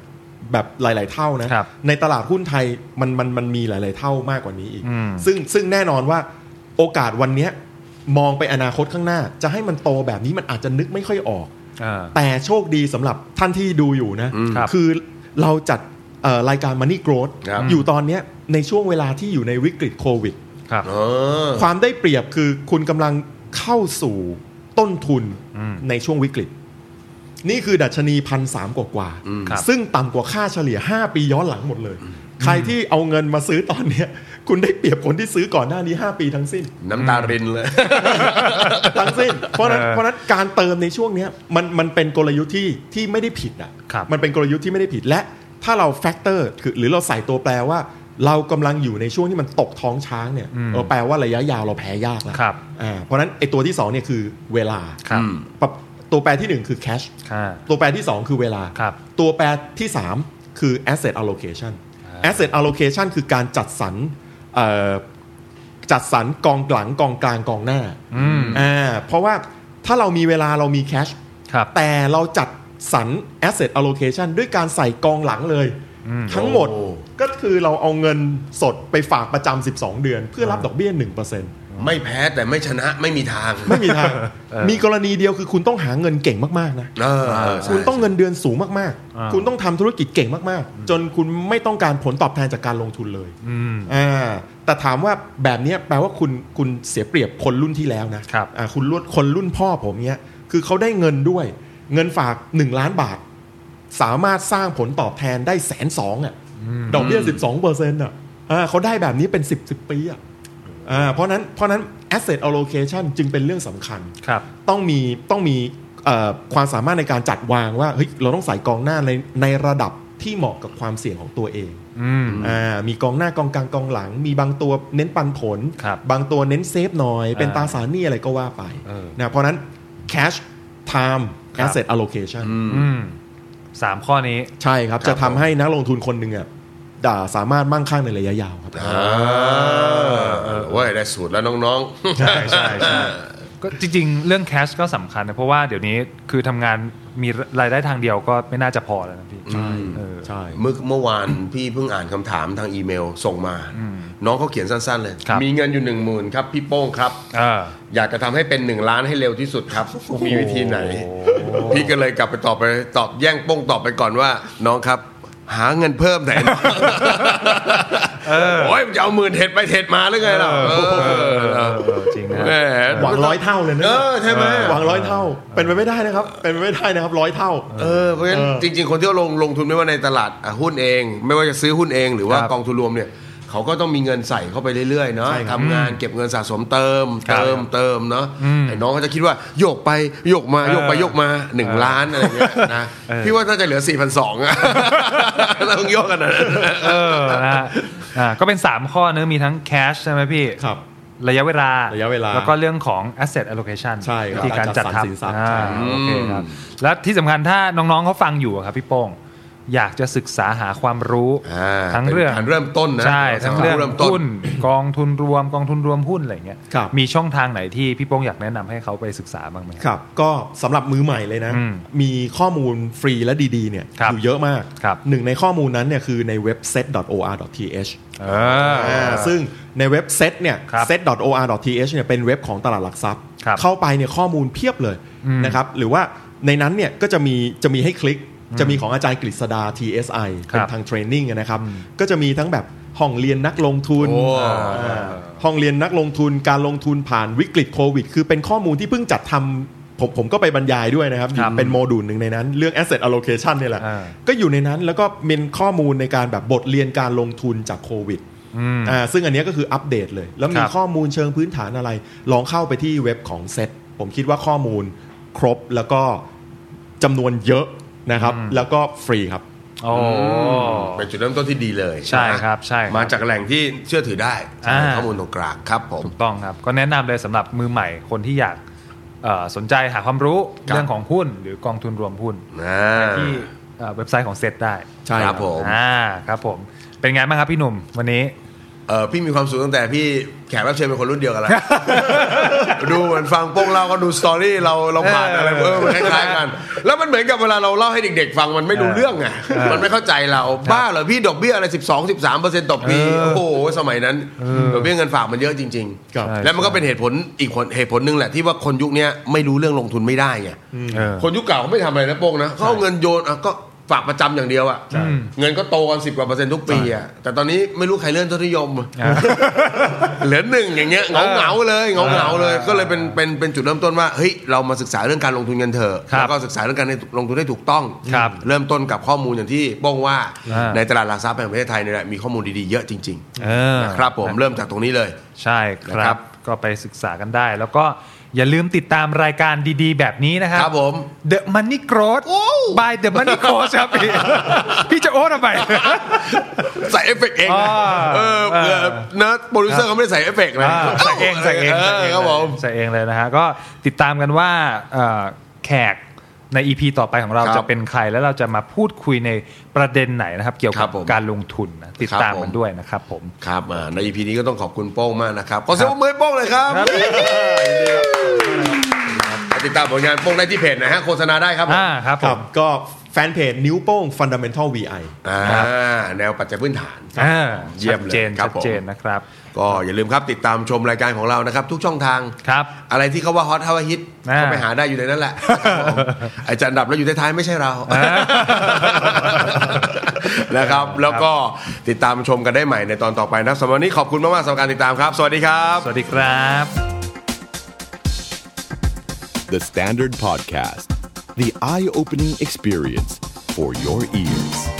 Speaker 4: แบบหลาย ๆ เท่านะ
Speaker 2: ครับ
Speaker 4: ในตลาดหุ้นไทยมันมันมันมีหลาย ๆ เท่ามากกว่านี้อีก
Speaker 2: อืม
Speaker 4: ซึ่งซึ่งแน่นอนว่าโอกาสวันเนี้ยมองไปอนาคตข้างหน้า จะให้มันโตแบบนี้มันอาจจะนึกไม่ค่อยออก
Speaker 2: เออ
Speaker 4: แต่โชคดีสำหรับท่านที่ดูอยู่นะ
Speaker 2: ครับ
Speaker 4: คือเราจัดเอ่อรายการ Money Growth
Speaker 3: ครับ
Speaker 4: อยู่ตอนเนี้ยในช่วงเวลาที่อยู่ในวิกฤตโควิด
Speaker 2: ครับ
Speaker 3: เออ
Speaker 4: ความได้เปรียบคือคุณกำลังเข้าสู่ต้นทุน
Speaker 2: อืม
Speaker 4: ในช่วงวิกฤต นี่คือดัชนีพันสามกว่ากว่าๆ
Speaker 2: ครับ
Speaker 4: ซึ่งต่ำกว่าค่าเฉลี่ย 5 ปีย้อนหลังหมดเลย ใครที่เอาเงินมาซื้อตอนเนี้ย คุณได้เปรียบคนที่ซื้อก่อนหน้านี้ 5 ปีทั้งสิ้น
Speaker 3: น้ำตารินเลย
Speaker 4: ทั้ง
Speaker 2: [laughs]
Speaker 4: สิ้น เพราะฉะนั้น
Speaker 2: เออ
Speaker 4: เพราะฉะนั้นการเติมในช่วงเนี้ยมันมันเป็นกลยุทธ์ที่ที่ไม่ได้ผิดอ่ะ
Speaker 2: ครับ
Speaker 4: มันเป็นกลยุทธ์ที่ไม่ได้ผิดและถ้าเราแฟกเตอร์คือหรือเราใส่ตัวแปลว่า เรากำลังอยู่ในช่วงที่มันตกท้องช้างเนี่ย
Speaker 2: อืม
Speaker 4: เออแปลว่าระยะยาวเราแพ้ยากแล้ว
Speaker 2: ครับ
Speaker 4: อ่าเพราะฉะนั้นไอตัวที่สองเนี่ยคือเวลา
Speaker 2: ครับ
Speaker 4: ปรับตัวแปรทีหนึ่งคือ cash
Speaker 2: ค่ะ
Speaker 4: ตัวแปรที่ 2 คือเวลา
Speaker 2: ครับ
Speaker 4: ตัวแปรที่ 3 คือ asset allocation asset allocation คือการจัดสรรเอ่อจัดสรรกองหลังกองกลางกองหน้า
Speaker 2: อืม
Speaker 4: อ่าเพราะว่าถ้าเรามีเวลาเรามี cash
Speaker 2: ครับ
Speaker 4: แต่เราจัดสรร asset allocation ด้วยการใส่กองหลังเลย ทั้งหมด
Speaker 3: โอ้
Speaker 4: ก็คือเราเอาเงินสดไปฝากประจำ 12 เดือน เพื่อรับดอกเบี้ย 1%
Speaker 3: ไม่แพ้แต่ไม่ชนะไม่มีทาง
Speaker 4: ไม่มีทาง มีกรณีเดียวคือคุณต้องหาเงินเก่งมากๆนะ
Speaker 3: เออเออใช่
Speaker 4: คุณต้องเงินเดือนสูงมาก
Speaker 2: อ่า
Speaker 4: ๆ คุณต้องทำธุรกิจเก่งมากๆ จนคุณไม่ต้องการผลตอบแทนจากการลงทุนเลย
Speaker 2: อืม
Speaker 4: อ่าแต่ถามว่าแบบเนี้ยแปลว่าคุณคุณเสียเปรียบคนรุ่นที่แล้วนะครับ อ่าคุณรุ่นคนรุ่นพ่อผมเนี้ย คือเขาได้เงินด้วย เงินฝาก 1 ล้านบาท สามารถสร้างผลตอบแทนได้แสนสองอ่ะ ดอกเบี้ย 12เปอร์เซ็นต์อ่ะอ่าเขาได้แบบนี้เป็น 10 10 ปีอ่ะอ่าเพราะนั้นเพราะนั้น asset allocation จึงเป็นเรื่องสำคัญ
Speaker 2: ครับ
Speaker 4: ต้องมีต้องมีเอ่อความสามารถในการจัดวางว่าเฮ้ยเราต้องใส่กองหน้าในในระดับที่เหมาะกับความเสี่ยงของตัวเอง
Speaker 2: อืม
Speaker 4: อ่ามีกองหน้ากองกลางกองหลัง มีบางตัวเน้นปันผล
Speaker 2: ครับ
Speaker 4: บางตัวเน้นเซฟหน่อย เป็น
Speaker 2: อ่า
Speaker 4: ตราสารหนี้อะไรก็ว่าไป
Speaker 2: เออ
Speaker 4: นะเพราะนั้น cash time asset allocation
Speaker 2: อืมสามข้อนี้
Speaker 4: ใช่ครับ จะทำให้นักลงทุนคนหนึ่งอ่ะด่าสามารถมั่งคั่งในระยะยาวครับ
Speaker 3: อ่าเว้ยได้สูตรแล้วน้องๆ [laughs]
Speaker 2: ใช่ใช่ใช่ก็จริงๆ เรื่องแคชก็สำคัญนะ เพราะว่าเดี๋ยวนี้คือทำงานมีรายได้ทางเดียวก็ไม่น่าจะพอแล้วนะพี่ ใช่
Speaker 4: ใช่
Speaker 3: เมื่อเมื่อวาน พี่เพิ่งอ่านคำถามทางอีเมลส่งมา น้องเขาเขียนสั้นๆเลย
Speaker 2: ครับ
Speaker 3: มีเงินอยู่หนึ่งหมื่นครับพี่โป้งครับ
Speaker 2: เออ
Speaker 3: อยากจะทำให้เป็นหนึ่งล้านให้เร็วที่สุดครับ มีวิธีไหน พี่ก็เลยกลับไปตอบไปตอบแย่งโป้งตอบไปก่อนว่า น้องครับ หาเงินเพิ่
Speaker 4: [laughs]
Speaker 3: มแต่โอ้ยมันจะเอาหมื่นเท็ดไปเท็ดมาหรือไงล่ะ
Speaker 2: เออ
Speaker 3: เออ
Speaker 2: เออเออจริงนะ
Speaker 3: แหม
Speaker 4: หวังร้อยเท่าเลยนะ
Speaker 3: เออใช่ไหม
Speaker 4: หวังร้อยเท่า เป็นไปไม่ได้นะครับ เป็นไปไม่ได้นะครับร้อยเท่า
Speaker 3: เออเพราะฉะนั้น
Speaker 4: เออ
Speaker 3: จริง ๆ คนที่ลงลงทุนไม่ว่าในตลาดอ่ะหุ้นเอง ไม่ว่าจะซื้อหุ้นเองหรือว่า
Speaker 2: ครับ
Speaker 3: กองทุนรวมเนี่ยเขาก็ต้องมีเงินใส่เข้าไปเรื่อยๆเนาะทำงานเก็บเงินสะสมเติม
Speaker 2: ครับ
Speaker 3: เติมเติมเนาะ
Speaker 2: อืม
Speaker 3: ไอ้น้องเขาจะคิดว่าโยกไปโยกมาโยกไปโยกมาหนึ่งล้านอะไรเงี้ยนะ
Speaker 2: เออ
Speaker 3: พี่ว่าน่าจะเหลือ4ี่พันสองอะ [laughs] ต้องโยกกันนะ
Speaker 2: เออนะฮะอ่าก็เป็น 3 ข้อเนื้อะมีทั้ง cash ใช่ไหมพี่
Speaker 4: ครับ
Speaker 2: ระยะเวลา
Speaker 4: ระยะเวลา
Speaker 2: แล้วก็เรื่องของ asset allocation
Speaker 4: ใช่ครับ
Speaker 2: วิธีการจัด
Speaker 4: การจัดสรรสินทรัพย์
Speaker 2: ทำอ่า
Speaker 4: ใช่
Speaker 2: โอเคครับ และที่สำคัญถ้าน้องๆเขาฟังอยู่อะครับพี่โป้ง อยากจะศึกษาหาความรู้
Speaker 3: อ่า
Speaker 2: [laughs] ทั้งเรื่อง
Speaker 3: เป็นการเริ่มต้นนะ
Speaker 2: ใช่ ทั้งเรื่อง
Speaker 3: เริ่มต้น
Speaker 2: หุ้นกองทุนรวมกองทุนรวมหุ้นอะไรอย่างเงี้ย
Speaker 4: ครับ
Speaker 2: มีช่องทางไหนที่พี่โป้งอยากแนะนำให้เขาไปศึกษาบ้างไหม
Speaker 4: ครับ ก็สำหรับมือใหม่เลยนะ
Speaker 2: อืม
Speaker 4: มีข้อมูลฟรีและดีๆเนี่ย
Speaker 2: ครับ
Speaker 4: อยู่เยอะมาก
Speaker 2: ครับ
Speaker 4: หนึ่งในข้อมูลนั้นเนี่ยคือในเว็บ set.or.th
Speaker 2: เออ
Speaker 4: อ่าซึ่งในเว็บเซตเนี่ย
Speaker 2: ครับ
Speaker 4: set.or.th เนี่ยเป็นเว็บของตลาดหลักทรัพย์
Speaker 2: ครับ
Speaker 4: เข้าไปเนี่ยข้อมูลเพียบเลย
Speaker 2: อืม
Speaker 4: นะครับหรือว่าในนั้นเนี่ยก็จะมีจะมีให้คลิกจะมีของอาจารย์กฤษดา TSI
Speaker 2: ครับ
Speaker 4: เป็นทางเทรนนิ่งนะครับ ก็จะมีทั้งแบบห้องเรียนนักลงทุน
Speaker 3: โอ้
Speaker 4: อ่าห้องเรียนนักลงทุนการลงทุนผ่านวิกฤตโควิด คือเป็นข้อมูลที่เพิ่งจัดทำผมผมก็ไปบรรยายด้วยนะครับ
Speaker 2: ครับ
Speaker 4: เป็นโมดูลหนึ่งในนั้นเรื่อง asset allocation เนี่ยแหละ
Speaker 2: อ่า
Speaker 4: ก็อยู่ในนั้นแล้วก็เป็นข้อมูลในการแบบบทเรียนการลงทุนจากโควิด
Speaker 2: อืม
Speaker 4: อ่าซึ่งอันเนี้ยก็คืออัปเดตเลย แล้ว
Speaker 2: ค
Speaker 4: มี
Speaker 2: รับ
Speaker 4: ข้อมูลเชิงพื้นฐานอะไร ลองเข้าไปที่เว็บของเซตผมคิดว่าข้อมูลครบแล้วก็จำนวนเยอะนะครับ แล้วก็ฟรีครับ
Speaker 2: โอ้
Speaker 3: เป็นจุดเริ่มต้นที่ดีเลย
Speaker 2: ใช่ครับใช่ครับ
Speaker 3: มาจากแหล่งที่เชื่อถือได้
Speaker 2: อ่า
Speaker 3: เป็นข้อมูลตรงกลางครับผม
Speaker 2: ถูกต้องครับ ก็แนะนำเลยสำหรับมือใหม่คนที่อยากเอ่อสนใจหาความรู้
Speaker 3: ครับ
Speaker 2: เรื่องของหุ้นหรือกองทุนรวมหุ้น
Speaker 3: อ่า
Speaker 2: ที่เอ่อเว็บไซต์ของเซตได้
Speaker 3: ใช่ครับผม
Speaker 2: อ่าครับผมเป็นไงบ้างครับพี่หนุ่มวันนี้
Speaker 3: เออพี่มีความสุขตั้งแต่พี่แขกรับเชิญเป็นคนรุ่นเดียว [laughs] กันแล้ว ดูเหมือนฟังโป้งเล่าก็ดูสตอรี่เราเราผ่าน
Speaker 2: เออ
Speaker 3: อะไรเออมันคล้ายๆกัน แล้วมันเหมือนกับเวลาเราเล่าให้เด็กๆ ฟังมันไม่รู้เรื่องไงมันไม่เข้าใจเราบ้าเหรอพี่ดอกเบี้ยอะไร 12 13เปอร์เซ็นต์ต่อปี
Speaker 2: เออ
Speaker 3: โอ้โหสมัยนั้นดอกเบี้ยเงินฝากมันเยอะจริง
Speaker 4: ครับ
Speaker 3: ๆ แล้วมันก็เป็นเหตุผลอีกผลเหตุผลหนึ่งแหละที่ว่าคนยุคเนี้ยไม่รู้เรื่องลงทุนไม่ได้ไง
Speaker 2: เออ
Speaker 3: คนยุคเก่าเขาไม่ทำอะไรนะโป้งนะเขาเอาเงินโยนอ่ะก็ฝากประจำอย่างเดียวอ่ะเงินก็โตกันสิบกว่าเปอร์เซ็นต์ทุกปีอ่ะแต่ตอนนี้ไม่รู้ใครเลื่อนทศนิยม เหลือหนึ่งอย่างเงี้ยเงาเงาๆเลยเงาเงาๆเลย ก็เลยเป็นเป็นเป็นจุดเริ่มต้นว่าเฮ้ยเรามาศึกษาเรื่องการลงทุนกันเถอะ
Speaker 2: ครับ
Speaker 3: แล้วก็ศึกษาเรื่องการลงทุนได้ถูกต้อง
Speaker 2: ครับ
Speaker 3: เริ่มต้นกับข้อมูลอย่างที่บ้องว่า
Speaker 2: อ่า
Speaker 3: ในตลาดหลักทรัพย์แห่งประเทศไทยเนี่ยแหละมีข้อมูลดีๆเยอะจริง
Speaker 2: เออ
Speaker 3: ๆนะครับผมเริ่มจากตรงนี้เลย
Speaker 2: ใช่ค
Speaker 3: นะครั
Speaker 2: รับ
Speaker 3: บ
Speaker 2: ก็ไปศึกษากันได้ แล้วก็อย่าลืมติดตามรายการดีๆ แบบนี้นะครั
Speaker 3: ค
Speaker 2: บ
Speaker 3: รับผม
Speaker 2: The Money Growth by The Money Coach ครับ
Speaker 3: [laughs]
Speaker 2: พี่ พี่จะโอ๊ตทำไม
Speaker 3: ใส่เอฟเฟกต์เองนะ
Speaker 2: อ่า
Speaker 3: เออเออ
Speaker 2: เออ
Speaker 3: นะโปรดิวเซอร์เขาไม่ได้ใส่เอฟเฟกต์นะ
Speaker 2: อ่าใส่เองใส่เองใส่เอง
Speaker 3: ครับผม
Speaker 2: ใส่เองเลยนะฮะก็ติดตามกันว่าเอ่อแขกใน EP ต่อไปของเรา
Speaker 3: ครับ
Speaker 2: จะเป็นใครแล้วเราจะมาพูดคุยในประเด็นไหนนะครับ เกี่ยว
Speaker 3: ครั
Speaker 2: กับบ
Speaker 3: ผม
Speaker 2: การลงทุนนะติด
Speaker 3: ครับ
Speaker 2: ตาม
Speaker 3: ผม
Speaker 2: กันด้วยนะครับผม
Speaker 3: ครับอ่าใน EP นี้ก็ต้องขอบคุณโป้งมากนะครับ ขอเสียงปรบมือให้โป้งเลยครับติดตามผลงานโป้งได้ที่เพจนะฮะโฆษณาได้ครับผม
Speaker 2: อ่าครับผ
Speaker 4: ครั
Speaker 2: ม
Speaker 4: บก็แฟนเพจนิ้วโป้ง fundamental vi
Speaker 3: อ่าแนวปัจจัยพื้นฐาน
Speaker 2: อ่า
Speaker 3: เยี่ย
Speaker 2: ชั
Speaker 3: ม
Speaker 2: ด
Speaker 3: เลย
Speaker 2: เจน
Speaker 3: ครับ
Speaker 2: ชัดเจน
Speaker 3: ผม
Speaker 2: นะครับ
Speaker 3: ก็อย่าลืมครับติดตามชมรายการของเรานะครับ ทุกช่องทาง
Speaker 2: ครับ
Speaker 3: อะไรที่เขาว่าฮอตฮาวาฮิต
Speaker 2: อ่า
Speaker 3: ก็ไปหาได้อยู่ใน [laughs] นั้นแหละครับผมไอาจารย์ดับแล้วอยู่ท้ายๆไม่ใช่เรา [laughs] นะครับ แล้วก็ติดตามชมกันได้ใหม่ในตอนต่อไปนะครับสำหรับวันนี้ขอบคุณมากๆสำหรับการติดตามครับ สวัสดีครับ
Speaker 2: สวัสดีครับ
Speaker 1: The Standard Podcast, the eye opening experience for your ears.